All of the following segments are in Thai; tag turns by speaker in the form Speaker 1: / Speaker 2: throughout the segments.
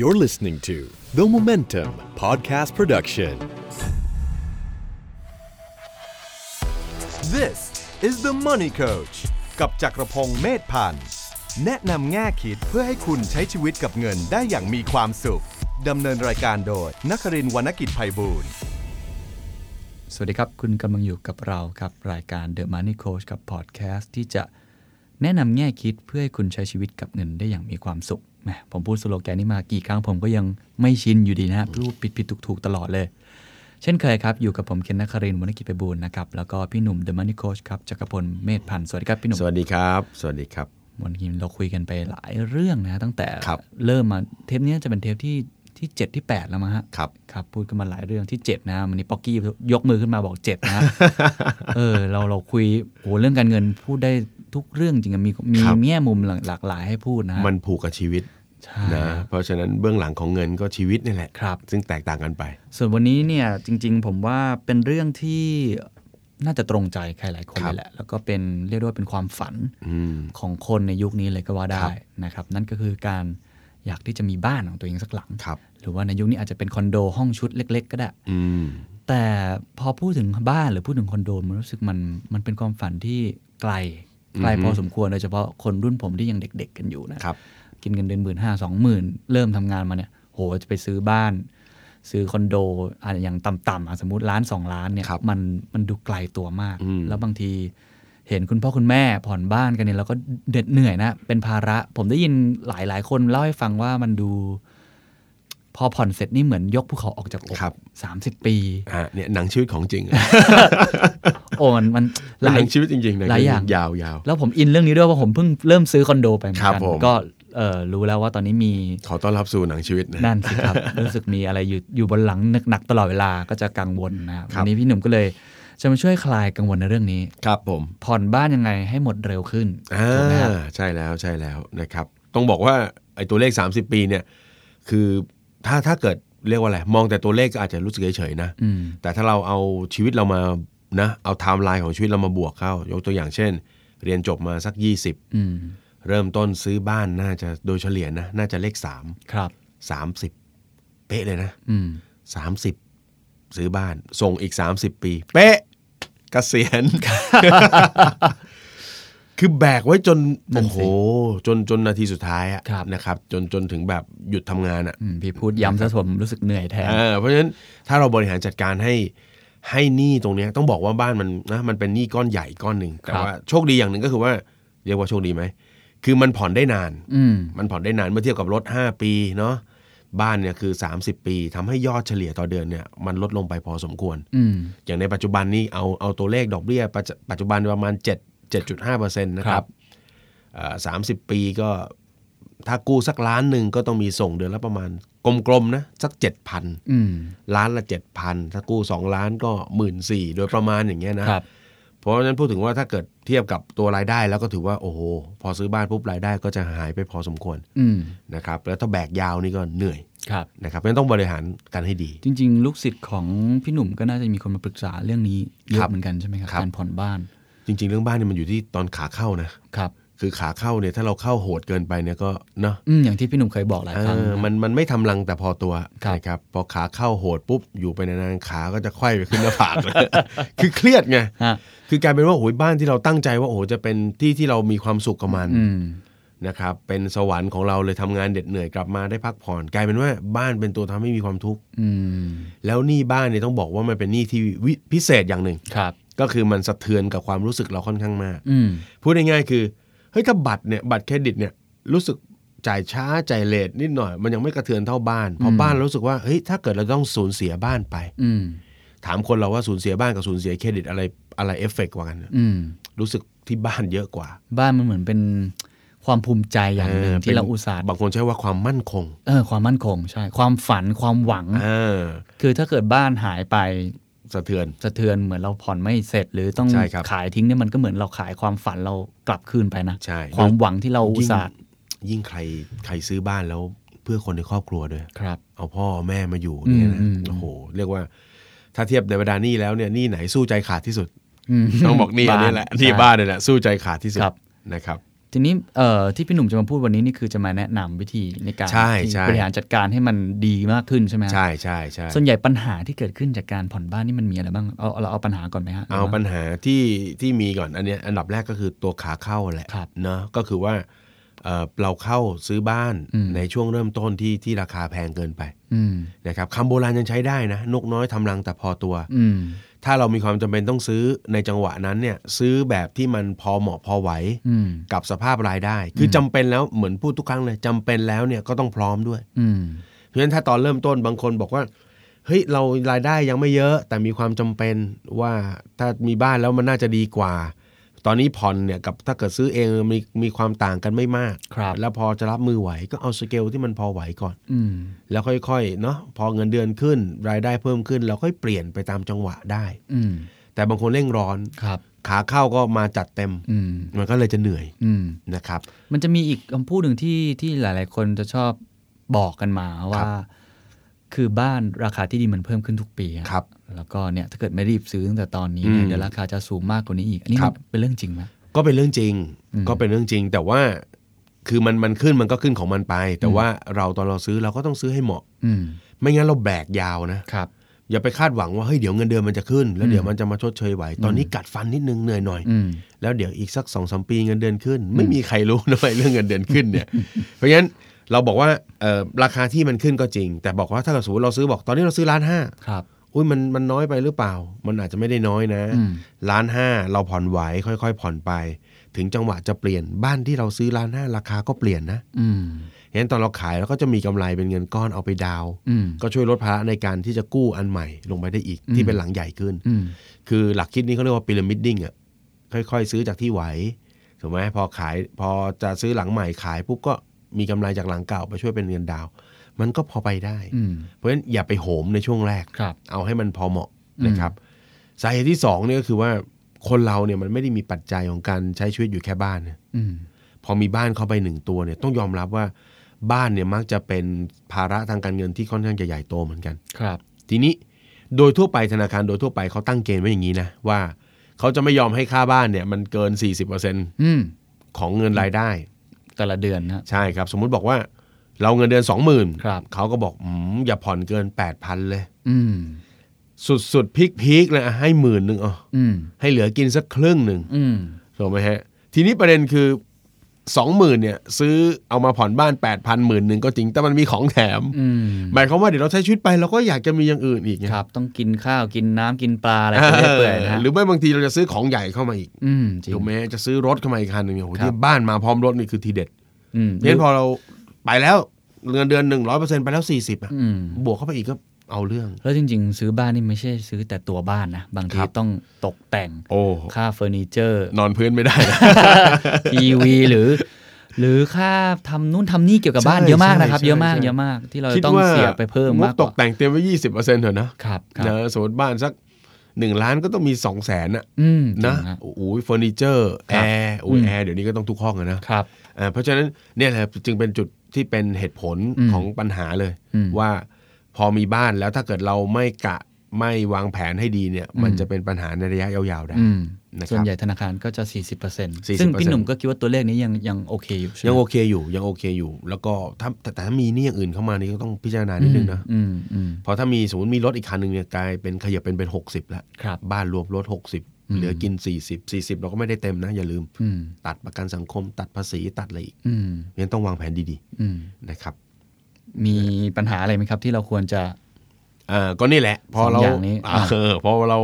Speaker 1: You're listening to The Momentum Podcast Production.
Speaker 2: This is the Money Coach กับจักรพงศ์เมธพันธ์ แนะนำแง่คิดเพื่อให้คุณใช้ชีวิตกับเงินได้อย่างมีความสุข ดำเนินรายการโดยนักรินทร์วรรณกิจไพบูลย์
Speaker 3: สวัสดีครับ คุณกำลังอยู่กับเราครับ รายการ The Money Coach กับ Podcast ที่จะแนะนำแง่คิดเพื่อให้คุณใช้ชีวิตกับเงินได้อย่างมีความสุขแหมผมพูดสโลแกนนี้มากี่ครั้งผมก็ยังไม่ชินอยู่ดีนะพูดผิดผิดถูกถูกๆ ตลอดเลย เช่นเคยครับ อยู่กับผมเคนนักคารินทร์วรรณกิจไปบูลย์นะครับ แล้วก็พี่หนุ่ม The Money Coach ครับจักรพลเมธพันธ์สวัสดีครับพี่หนุ่ม
Speaker 4: สวัสดีครับ สวัสดีครับ
Speaker 3: วันนี้เราคุยกันไปหลายเรื่องนะตั้งแต่
Speaker 4: ครับ
Speaker 3: เริ่มมาเทปนี้จะเป็นเทปที่ที่7ที่ 8 แล้วมั้งฮะ
Speaker 4: ครับ
Speaker 3: ครับพูดกันมาหลายเรื่องที่ 7 นะวันนี้ป๊อกกี้ยกมือขึ้นมาบอก 7 นะ เออเราเราคุยโหเรื่องการเงินพูดได้ทุกเรื่องจริงๆมีมี
Speaker 4: ครับ
Speaker 3: แง่มุมหลากหลากหลายให้พูดนะฮะ
Speaker 4: มันผูกกับชีวิต
Speaker 3: ใช่
Speaker 4: นะ เพราะฉะนั้นเบื้องหลังของเงินก็ชีวิตนี่แหละ
Speaker 3: ครับ
Speaker 4: ซึ่งแตกต่างกันไป
Speaker 3: ส่วนวันนี้เนี่ยจริง ๆ ผมว่าเป็นเรื่องที่น่าจะตรงใจใครหลายคน
Speaker 4: ครับ
Speaker 3: เลยแหละ แล้วก็เป็นเรียกได้ว่าเป็นความฝัน
Speaker 4: อืม
Speaker 3: ของคนในยุคนี้เลยก็ว่าได้
Speaker 4: ครับ
Speaker 3: นะครับ นั่นก็คือการอยากที่จะมีบ้านของตัวเองสักหลัง
Speaker 4: ครับ
Speaker 3: หรือว่าในยุคนี้อาจจะเป็นคอนโดห้องชุดเล็ก ๆ ก็ได้
Speaker 4: อืม
Speaker 3: แต่พอพูดถึงบ้านหรือพูดถึงคอนโดมันรู้สึกมันมันเป็นความฝันที่ไกลไกลพอสมควรโดยเฉพาะคนรุ่นผมที่ยังเด็ก ๆ กันอยู่นะครับ กินเงินเดือนหมื่นห้าสองหมื่นเริ่มทำงานมาเนี่ยโหจะไปซื้อบ้าน ซื้อคอนโดอาจจะอย่างต่ำๆอ่ะสมมติล้านสองล้านเนี่ย
Speaker 4: ครับ
Speaker 3: มันมันดูไกลตัวมาก
Speaker 4: อืม
Speaker 3: แล้วบางที เห็นคุณพ่อคุณแม่ผ่อนบ้านกันเนี่ยเราก็เด็ดเหนื่อยนะ เป็นภาระ ผมได้ยินหลายหลายๆคนเล่าให้ฟังว่ามันดู พอผ่อนเสร็จนี่เหมือนยกภูเขาออกจากอก
Speaker 4: ครับ
Speaker 3: สามสิบปี
Speaker 4: อ่ะเนี่ยหนังชีวิตของจริง
Speaker 3: โอ้มันมัน ห
Speaker 4: ห
Speaker 3: ลาย
Speaker 4: นังชีวิตจริงๆนะ
Speaker 3: หลายอย่าง
Speaker 4: ยาวยาว
Speaker 3: แล้วผมอินเรื่องนี้ด้วยว่าผมเพิ่งเริ่มซื้อคอนโดไปเหมือน
Speaker 4: ครับ
Speaker 3: กัน
Speaker 4: ผม
Speaker 3: ก็เอ่อรู้แล้วว่าตอนนี้มี
Speaker 4: ขอต้อนรับสู่หนังชีวิตนะ
Speaker 3: นั่นสิครับ รู้สึกมีอะไรอยู่อยู่บนหลังหนักๆตลอดเวลาก็จะกังวลนะครับ
Speaker 4: ครั
Speaker 3: วั
Speaker 4: บ
Speaker 3: นนี้พี่หนุ่มก็เลยจะมาช่วยคลายกังวลในเรื่องนี้
Speaker 4: ครับผม
Speaker 3: ผ่อนบ้านยังไงให้หมดเร็วขึ้น
Speaker 4: อ่า
Speaker 3: ถูกไหมครับ
Speaker 4: ใช่แล้วใช่แล้วนะครับ ต้องบอกว่าไอ้ตัวเลข 30 ปีเนี่ย คือถ้าถ้าเกิดเรียกว่าอะไร มองแต่ตัวเลขก็อาจจะรู้สึกเฉยๆนะ
Speaker 3: อืม
Speaker 4: แต่ถ้าเราเอาชีวิตเรามานะเอาไทม์ไลน์ของชีวิตเรามาบวกเข้า ยกตัวอย่างเช่น เรียนจบมาสัก
Speaker 3: อืม
Speaker 4: 20 เริ่มต้นซื้อบ้านน่าจะโดยเฉลี่ยนะ น่าจะเลข
Speaker 3: ครับ
Speaker 4: 3 30 เป๊ะเลยนะ
Speaker 3: อืม
Speaker 4: 30 ซื้อบ้าน ส่งอีก 30 ปี เป๊ะกเกษียณ คือแบกไว้จน
Speaker 3: นั่
Speaker 4: โอ้
Speaker 3: นสิ
Speaker 4: โห จนจนนาทีสุดท้ายอะ
Speaker 3: ครับ
Speaker 4: นะครับ จนจนถึงแบบหยุดทำงานอะ
Speaker 3: อืมพี่พูดย้ำซะผมรู้สึกเหนื่อยแทน
Speaker 4: เออเพราะฉะนั้นถ้าเราบริหารจัดการให้ให้หนี้ตรงเนี้ยต้องบอกว่าบ้านมันนะมันเป็นหนี้ก้อนใหญ่ก้อนหนึ่ง
Speaker 3: ครั
Speaker 4: แต่
Speaker 3: บ
Speaker 4: ว่าโชคดีอย่างหนึ่งก็คือว่าเรียกว่าโชคดีไหมคือมันผ่อนได้นาน
Speaker 3: อืม
Speaker 4: มันผ่อนได้นานเมื่อเทียบกับรถ 5 ปีเนาะบ้านเนี่ยคือ 30 ปีทำให้ยอดเฉลี่ยต่อเดือนเนี่ยมันลดลงไปพอสมควร
Speaker 3: อืม
Speaker 4: อย่างในปัจจุบันนี้เอาเอาตัวเลขดอกเบี้ยปัจจุปัจจุบันประมาณ 7 7.5เปอร์เซ็นต์นะค
Speaker 3: ครั
Speaker 4: รับบ สามสิบปีก็ถ้ากู้สักล้านหนึ่งก็ต้องมีส่งเดือนละประมาณกลมๆนะสัก7,000
Speaker 3: อืม
Speaker 4: ล้านละ 7,000 ถ้ากู้ 2 ล้านก็ 1 4ื่นโดยประมาณอย่างเงี้ยนะ
Speaker 3: ครับ
Speaker 4: เพราะฉะนั้นพูดถึงว่าถ้าเกิดเทียบกับตัวรายได้แล้วก็ถือว่า โอ้โห พอซื้อบ้านปุ๊บรายได้ก็จะหายไปพอสมควร
Speaker 3: อืม
Speaker 4: นะครับแล้วถ้าแบกยาวนี่ก็เหนื่อย
Speaker 3: ครับ
Speaker 4: นะครับเพราะฉะนั้นต้องบริหารกันให้ดี
Speaker 3: จริง ๆ ลูกศิษย์ของพี่หนุ่มก็น่าจะมีคนมาปรึกษาเรื่องนี้เย
Speaker 4: ครั
Speaker 3: อะ
Speaker 4: บ
Speaker 3: เหมือนกันใช่ไหมครับ
Speaker 4: ครับ
Speaker 3: การผ่อนบ้าน
Speaker 4: จริง ๆ เรื่องบ้านเนี่ยมันอยู่ที่ตอนขาเข้านะ
Speaker 3: ครับ
Speaker 4: คือขาเข้าเนี่ยถ้าเราเข้าโหดเกินไปเนี่ยก็เนาะ
Speaker 3: อืม อย่างที่พี่หนุ่มเคยบอกหลายครั้ง
Speaker 4: เออมันมันไม่ทำลังแต่พอตัว
Speaker 3: ครับ
Speaker 4: นะครับพอขาเข้าโหดปุ๊บอยู่ไปนานๆขาก็จะไขว้ไปขึ้นหน้าผากเลย คือเครียดไง
Speaker 3: ฮะ
Speaker 4: คือกลายเป็นว่าโอ้ยบ้านที่เราตั้งใจว่าโอ้โหจะเป็นที่ที่เรามีความสุขกับมัน
Speaker 3: อืม
Speaker 4: นะครับเป็นสวรรค์ของเราเลยทำงานเด็ดเหนื่อยกลับมาได้พักผ่อน กลายเป็นว่าบ้านเป็นตัวทำให้มีความทุกข์
Speaker 3: อืม
Speaker 4: แล้วหนี้บ้านเนี่ยต้องบอกว่ามันเป็นหนี้ที่วิพิเศษอย่างหนึ่ง
Speaker 3: ครับ
Speaker 4: ก็คือมันสะเทือนกับความรู้สึกเราค่อนข้างมาก
Speaker 3: อืม
Speaker 4: พูดง่ายๆคือเฮ้ยถ้าบัตรเนี่ยบัตรเครดิตเนี่ยรู้สึกจ่ายช้าจ่ายเลทนิดหน่อย มันยังไม่กระเทือนเท่าบ้านเพราะบ้านเรารู้สึกว่าเฮ้ยถ้าเกิดเราต้องสูญเสียบ้านไป
Speaker 3: อืม
Speaker 4: ถามคนเราว่าสูญเสียบ้านกับสูญเสียเครดิตอะไรอะไรเอฟเฟกต์กว่ากัน
Speaker 3: อืม
Speaker 4: รู้สึกที่บ้านเยอะกว่า
Speaker 3: บ้านมันเหมือนเป็นความภูมิใจอย่างหนึ่ง
Speaker 4: ออ
Speaker 3: ที่เรา
Speaker 4: ป็น
Speaker 3: อุตส่าห์
Speaker 4: บางคนใช้ว่าความมั่นคง
Speaker 3: เออ ความมั่นคง ใช่ ความฝัน ความหวัง
Speaker 4: อ่า
Speaker 3: คือถ้าเกิดบ้านหายไป
Speaker 4: สะเทือน
Speaker 3: สะเทือนเหมือนเราผ่อนไม่เสร็จหรือต้อง
Speaker 4: ใช่ครับ
Speaker 3: ขายทิ้งเนี่ยมันก็เหมือนเราขายความฝันเรากลับคืนไปนะ
Speaker 4: ใช่
Speaker 3: ความหวังที่เราอุตส่าห์
Speaker 4: ยิ่งใครใครซื้อบ้านแล้วเพื่อคนในครอบครัวด้วย
Speaker 3: ครับ
Speaker 4: เอาพ่อเอาแม่มาอยู่เนี่ยนะ
Speaker 3: อืมอืม
Speaker 4: โอ้โห เรียกว่า ถ้าเทียบในบรรดาหนี้แล้วเนี่ยหนี้ไหนสู้ใจขาดที่สุด
Speaker 3: ม
Speaker 4: ต้องบอกหนี้อันนี้แหละหนี้บ้านเนี่ยแหละสู้ใจขาดที่สุด
Speaker 3: ครับ
Speaker 4: นะครับ
Speaker 3: ทีนี้เอ่อที่พี่หนุ่มจะมาพูดวันนี้นี่คือจะมาแนะนำวิธีในการ
Speaker 4: ใช่
Speaker 3: ที่
Speaker 4: ใช่
Speaker 3: บริหารจัดการให้มันดีมากขึ้นใช่ไหมฮะ
Speaker 4: ใช่ใช่ใช่
Speaker 3: ส่วนใหญ่ปัญหาที่เกิดขึ้นจากการผ่อนบ้านนี่มันมีอะไรบ้างเอาเอาเราเอาปัญหาก่อนไหมฮะ
Speaker 4: เอาปัญหาที่ที่มีก่อนอันเนี้ยอันดับแรกก็คือตัวขาเข้าแหละ
Speaker 3: ครับ
Speaker 4: เนาะก็คือว่าเอ่อเราเข้าซื้อบ้าน
Speaker 3: อืม
Speaker 4: ในช่วงเริ่มต้นที่ที่ราคาแพงเกินไป
Speaker 3: อืม
Speaker 4: นะครับคำโบราณยังใช้ได้นะ นกน้อยทำรังแต่พอตัว
Speaker 3: อืม
Speaker 4: ถ้าเรามีความจำเป็นต้องซื้อในจังหวะนั้นเนี่ยซื้อแบบที่มันพอเหมาะพอไหว
Speaker 3: อืม
Speaker 4: กับสภาพรายได้ คืออจำเป็นแล้วเหมือนพูดทุกครั้งเลยจำเป็นแล้วเนี่ยก็ต้องพร้อมด้วย
Speaker 3: อืม
Speaker 4: เพราะฉะนั้นถ้าตอนเริ่มต้นบางคนบอกว่าเฮ้ยเรารายได้ยังไม่เยอะ แต่มีความจำเป็นว่าถ้ามีบ้านแล้วมันน่าจะดีกว่า ตอนนี้ผ่อนเนี่ยกับถ้าเกิดซื้อเองมีมีความต่างกันไม่มาก
Speaker 3: ครับ
Speaker 4: แล้วพอจะรับมือไหวก็เอาสเกลที่มันพอไหวก่อน
Speaker 3: อืม
Speaker 4: แล้วค่อยๆเนาะพอเงินเดือนขึ้น รายได้เพิ่มขึ้น เราค่อยเปลี่ยนไปตามจังหวะได้
Speaker 3: อืม
Speaker 4: แต่บางคนเร่งร้อน
Speaker 3: ครับ
Speaker 4: ขาเข้าก็มาจัดเต็ม
Speaker 3: อืม
Speaker 4: มันก็เลยจะเหนื่อย
Speaker 3: อืม
Speaker 4: นะครับ
Speaker 3: มันจะมีอีกคำพูดหนึ่งที่ที่หลาย ๆ คนจะชอบบอกกันมาว่า คือบ้านราคาที่ดินมันเพิ่มขึ้นทุกปีอะ
Speaker 4: ครับ
Speaker 3: แล้วก็เนี่ยถ้าเกิดไม่รีบซื้อตั้งแต่ตอนนี้เนี่ย
Speaker 4: อืม
Speaker 3: เดี๋ยวราคาจะสูงมากกว่านี้อีก อันนี้
Speaker 4: ครับ
Speaker 3: มันเป็นเรื่องจริงไหม
Speaker 4: ก็เป็นเรื่องจริง
Speaker 3: อืม
Speaker 4: ก็เป็นเรื่องจริง แต่ว่าคือมันมันขึ้นมันก็ขึ้นของมันไป แต่
Speaker 3: อืม
Speaker 4: ว่าเราตอนเราซื้อเราก็ต้องซื้อให้เหมาะ
Speaker 3: อืม
Speaker 4: ไม่งั้นเราแบกยาวนะ
Speaker 3: ครับ
Speaker 4: อย่าไปคาดหวังว่าเฮ้ยเดี๋ยวเงินเดือนมันจะขึ้น แล้
Speaker 3: อื
Speaker 4: ว
Speaker 3: ม
Speaker 4: เดี๋ยวมันจะมาชดเชยไหว ตอนนี้กัดฟันนิดนึงเหนื่อยหน่อย
Speaker 3: อืม
Speaker 4: แล้วเดี๋ยวอีกสักสองสมปีเงินเดือนขึ้น ไม่มีใครรู้นะไอ้เรื่องเงินเดือนขึ้นเนี่ย เพราะฉะนั้นเราบอกว่าเอ่อราคาที่มันขึ้นก็จริง แต่บอกว่าถ้าเราสมมติเราซื้อบอกตอนนี้เราซื้อล้านห้า
Speaker 3: ครับ
Speaker 4: อุ้ยมันมันน้อยไปหรือเปล่า มันอาจจะไม่ได้น้อยนะ
Speaker 3: อืม
Speaker 4: ล้านห้าเราผ่อนไหวค่อยๆ ผ่อนไป ถึงจังหวะจะเปลี่ยนบ้านที่เราซื้อล้านห้าราคาก็เปลี่ยนนะ
Speaker 3: อืม
Speaker 4: เห็นตอนเราขายเราก็จะมีกำไรเป็นเงินก้อนเอาไปดาวน์
Speaker 3: อืม
Speaker 4: ก็ช่วยลดภาระในการที่จะกู้อันใหม่ลงไปได้อีก
Speaker 3: อืม
Speaker 4: ที่เป็นหลังใหญ่ขึ้น
Speaker 3: อืม
Speaker 4: คือหลักคิดนี้เขาเรียกว่าพีระมิดดิ้งอ่ะค่อยๆ ซื้อจากที่ไหวถูกไหมพอขายพอจะซื้อหลังใหม่ขายปุ๊บก็มีกำไรจากหลังเก่าไปช่วยเป็นเงินดาวน์มันก็พอไปได้
Speaker 3: อืม
Speaker 4: เพราะฉะนั้นอย่าไปโหมในช่วงแรก
Speaker 3: ครับ
Speaker 4: เอาให้มันพอเหมาะ
Speaker 3: อืม
Speaker 4: นะครับสาเหตุที่สองเนี่ยก็คือว่าคนเราเนี่ยมันไม่ได้มีปัจจัยของการใช้ชีวิตอยู่แค่บ้านนะ
Speaker 3: อืม
Speaker 4: พอมีบ้านเข้าไปหนึ่งตัวเนี่ยต้องยอมรับว่าบ้านเนี่ยมักจะเป็นภาระทางการเงินที่ค่อนข้างจะใหญ่โตเหมือนกัน
Speaker 3: ครับ
Speaker 4: ทีนี้โดยทั่วไปธนาคารโดยทั่วไปเขาตั้งเกณฑ์ไว้อย่างนี้นะว่าเขาจะไม่ยอมให้ค่าบ้านเนี่ยมันเกิน 40%
Speaker 3: อืม
Speaker 4: ของเงินรายได้
Speaker 3: แต่ละเดือนนะ
Speaker 4: ใช่ครับ สมมุติบอกว่าเราเงินเดือน 20,000
Speaker 3: ครับ
Speaker 4: เขาก็บอกอืมอย่าผ่อนเกิน 8,000 เลย
Speaker 3: อืม
Speaker 4: สุดๆพีคๆเลยอะให้หมื่นหนึ่งอ่ะ
Speaker 3: อืม
Speaker 4: ให้เหลือกินสักครึ่งหนึ่ง
Speaker 3: อืม
Speaker 4: ถูกไหมฮะ ทีนี้ประเด็นคือสองหมื่นเนี่ย ซื้อเอามาผ่อนบ้าน8ปดพันหมื่นหนึ่งก็จริงแต่มันมีของแถม
Speaker 3: อืม
Speaker 4: หมายความว่าเดี๋ยวเราใช้ชีวิตไปเราก็อยากจะมีอย่างอื่นอีกไง
Speaker 3: ครับ ต้องกินข้าว กินน้ำกินปลาอะไรไปเรื่อยเปื่อยนะฮะ
Speaker 4: หรือไม่บางทีเราจะซื้อของใหญ่เข้ามาอีก
Speaker 3: อืม จริง
Speaker 4: ถูกไหมฮะจะซื้อรถเข้ามาอีกคันหนึ่งเนี่ยโอ้โห
Speaker 3: ครับ
Speaker 4: ที่บ้านมาพร้อมรถนี่คือทีเด็ด
Speaker 3: อืม
Speaker 4: เพราะฉะนั้นพอเราไปแล้วเงินเดือนหนึ่งร้อยเปอร์เซ็นต์ไปแล้วสี่สิบอ่ะ
Speaker 3: อืม
Speaker 4: บวกเข้าไปอีกก็เอาเรื่อง
Speaker 3: แล้วจริงๆ ซื้อบ้านนี่ไม่ใช่ซื้อแต่ตัวบ้านนะ บางที
Speaker 4: ครับ
Speaker 3: ต้องตกแต่ง
Speaker 4: โอ้
Speaker 3: ค่าเฟอร์นิเจอร์
Speaker 4: นอนพื้นไม่ได้นะ
Speaker 3: ทีวีหรือ หรือค่าทำนู่นทำนี่เกี่ยวกับบ้าน
Speaker 4: ใช่
Speaker 3: เยอะมากนะครับ
Speaker 4: ใช่
Speaker 3: เยอะมาก
Speaker 4: ใช่
Speaker 3: เยอะมากที่เราจะต้องเสียไปเพิ่ม
Speaker 4: งบ
Speaker 3: มากก
Speaker 4: ต
Speaker 3: ว่าก
Speaker 4: แต่งเตรียมไว้ยี่สิบเปอร์เซ็นต์เถอะนะ
Speaker 3: ครับค
Speaker 4: นะ
Speaker 3: รับ
Speaker 4: สมมติบ้านสักหนึ่งล้านก็ต้องมีสองแสนอะ
Speaker 3: อืมจริ
Speaker 4: นะ
Speaker 3: งฮ
Speaker 4: โอ้ยเฟอร์นิเจอร์
Speaker 3: ค
Speaker 4: แอ
Speaker 3: รับ
Speaker 4: ร์โอ้ย
Speaker 3: อืม
Speaker 4: แอร์เดี๋ยวนี้ก็ต้องทุกห้องอะนะครับ อ่าเพราะฉะนั้นเนี่ยแหละจึงเป็นจุดที่เป็นเหตุผล
Speaker 3: อืม
Speaker 4: ของปัญหาเลย
Speaker 3: อืม
Speaker 4: ว่าพอมีบ้านแล้วถ้าเกิดเราไม่กะไม่วางแผนให้ดีเนี่ย
Speaker 3: อืม
Speaker 4: มันจะเป็นปัญหาในระยะยาวๆได้
Speaker 3: อืม
Speaker 4: นะครับ
Speaker 3: ส่วนใหญ่ธนาคารก็จะ 40%ซึ่ง
Speaker 4: 40%
Speaker 3: พี่หนุ่มก็คิดว่าตัวเลขนี้ยังยังโอเคอยู่ใช่ไหม
Speaker 4: ยังโอเคอยู่ยังโอเคอยู่ แล้วก็ถ้าแต่แต่ถ้ามีหนี่อย่างอื่นเข้ามานี่ก็ต้องพิจารณานิดนึงนะ
Speaker 3: อืมอืม
Speaker 4: เพอถ้ามีสมมติมีรถอีกคันหนึ่งเนี่ยกลายเป็นขยับเป็นเป็นหกสิบแล้ว
Speaker 3: ครับ
Speaker 4: บ้านรวมรถหกสิบเหลือกินสี่สิบสี่สิบเราก็ไม่ได้เต็มนะอย่าลืม
Speaker 3: อืม
Speaker 4: ตัดประกันสังคมตัดภาษีตัดอะไรอีก
Speaker 3: อืม
Speaker 4: เพราะฉะนั้นต้องวางแผนดี
Speaker 3: อืม
Speaker 4: ๆนะครับ
Speaker 3: มีปัญหาอะไรไหมครับที่เราควรจะ
Speaker 4: เอ่อก็นี่แหละ พอเรา
Speaker 3: สองอย่างนี้อ่ะ
Speaker 4: เออพอเรา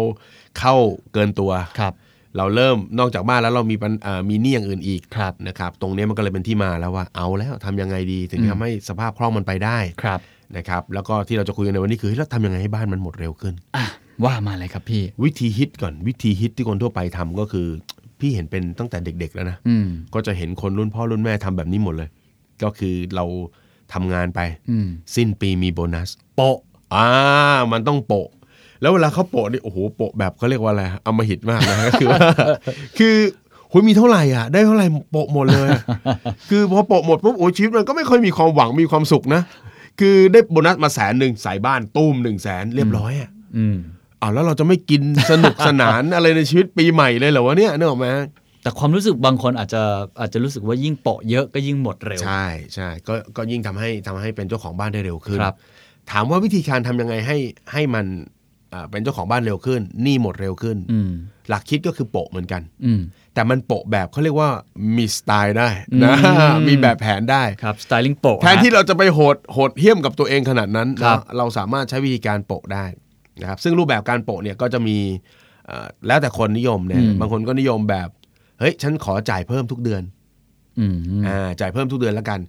Speaker 4: เข้าเกินตัว
Speaker 3: ครับ
Speaker 4: เราเริ่มนอกจากบ้านแล้วเรามีปัญเอ่อมีหนี้อย่างอื่นอีก
Speaker 3: ครับ
Speaker 4: นะครับ ตรงเนี้ยมันก็เลยเป็นที่มาแล้วว่าเอาแล้วทำยังไงดีถึง
Speaker 3: อืม
Speaker 4: ทำให้สภาพคล่องมันไปได้
Speaker 3: ครับ
Speaker 4: นะครับ แล้วก็ที่เราจะคุยกันในวันนี้คือเฮ้ยเราทำยังไงให้บ้านมันหมดเร็วขึ้น
Speaker 3: อ่ะว่ามาเลยครับพี่
Speaker 4: วิธีฮิตก่อนวิธีฮิตที่คนทั่วไปทำก็คือ พี่เห็นเป็นตั้งแต่เด็ก ๆ แล้วนะ
Speaker 3: อืม
Speaker 4: ก็จะเห็นคนรุ่นพ่อรุ่นแม่ทำแบบนี้หมดเลย ก็คือเราทำงานไป
Speaker 3: อืม
Speaker 4: สิ้นปีมีโบนัส โปะอ่า มันต้องโปะ แล้วเวลาเขาโปะนี่โอ้โหโปะแบบเขาเรียกว่าอะไรเอามาหิตมากนะ คือว่าคือหุยมีเท่าไหร่อ่ะ ได้เท่าไหร่โปะหมดเลย คือพอโปะหมดปุ๊บโอ้ยชีวิตมันก็ไม่ค่อยมีความหวังมีความสุขนะ คือได้โบนัสมาแสนหนึ่งใส่บ้านตุ้มหนึ่งแสนเรียบร้อยอ่ะ
Speaker 3: อืม
Speaker 4: อ้าวแล้วเราจะไม่กินสนุกสนาน อะไรในชีวิตปีใหม่เลยเหรอวะเนี่ยนึกออกไหม
Speaker 3: แต่ความรู้สึกบางคนอาจจะอาจจะรู้สึกว่ายิ่งเปาะเยอะก็ยิ่งหมดเร็ว
Speaker 4: ใช่ใช่ก็ก็ยิ่งทำให้ทำให้เป็นเจ้าของบ้านได้เร็วขึ้น
Speaker 3: ครับ
Speaker 4: ถามว่าวิธีการทำยังไงให้ให้มันอ่าเป็นเจ้าของบ้านเร็วขึ้นหนี้หมดเร็วขึ้น
Speaker 3: อืม
Speaker 4: หลักคิดก็คือโปะเหมือนกัน
Speaker 3: อืม
Speaker 4: แต่มันโปะแบบเขาเรียกว่ามีสไตล์ได้นะ
Speaker 3: อืม
Speaker 4: มีแบบแผนได้
Speaker 3: ครับสไตลิ่งโปะ
Speaker 4: แทนที่เราจะไปโหดโหดเหี้ยมกับตัวเองขนาดนั้น
Speaker 3: ครับ
Speaker 4: นะเราสามารถใช้วิธีการโปะได้นะครับซึ่งรูปแบบการโปะเนี่ยก็จะมีเอ่อแล้วแต่คนนิยมเนี่ยบางคนก็นิยมแบบเฮ้ยฉันขอจ่ายเพิ่มทุกเดือน
Speaker 3: อืม
Speaker 4: อ่าจ่ายเพิ่มทุกเดือนแล้วกัน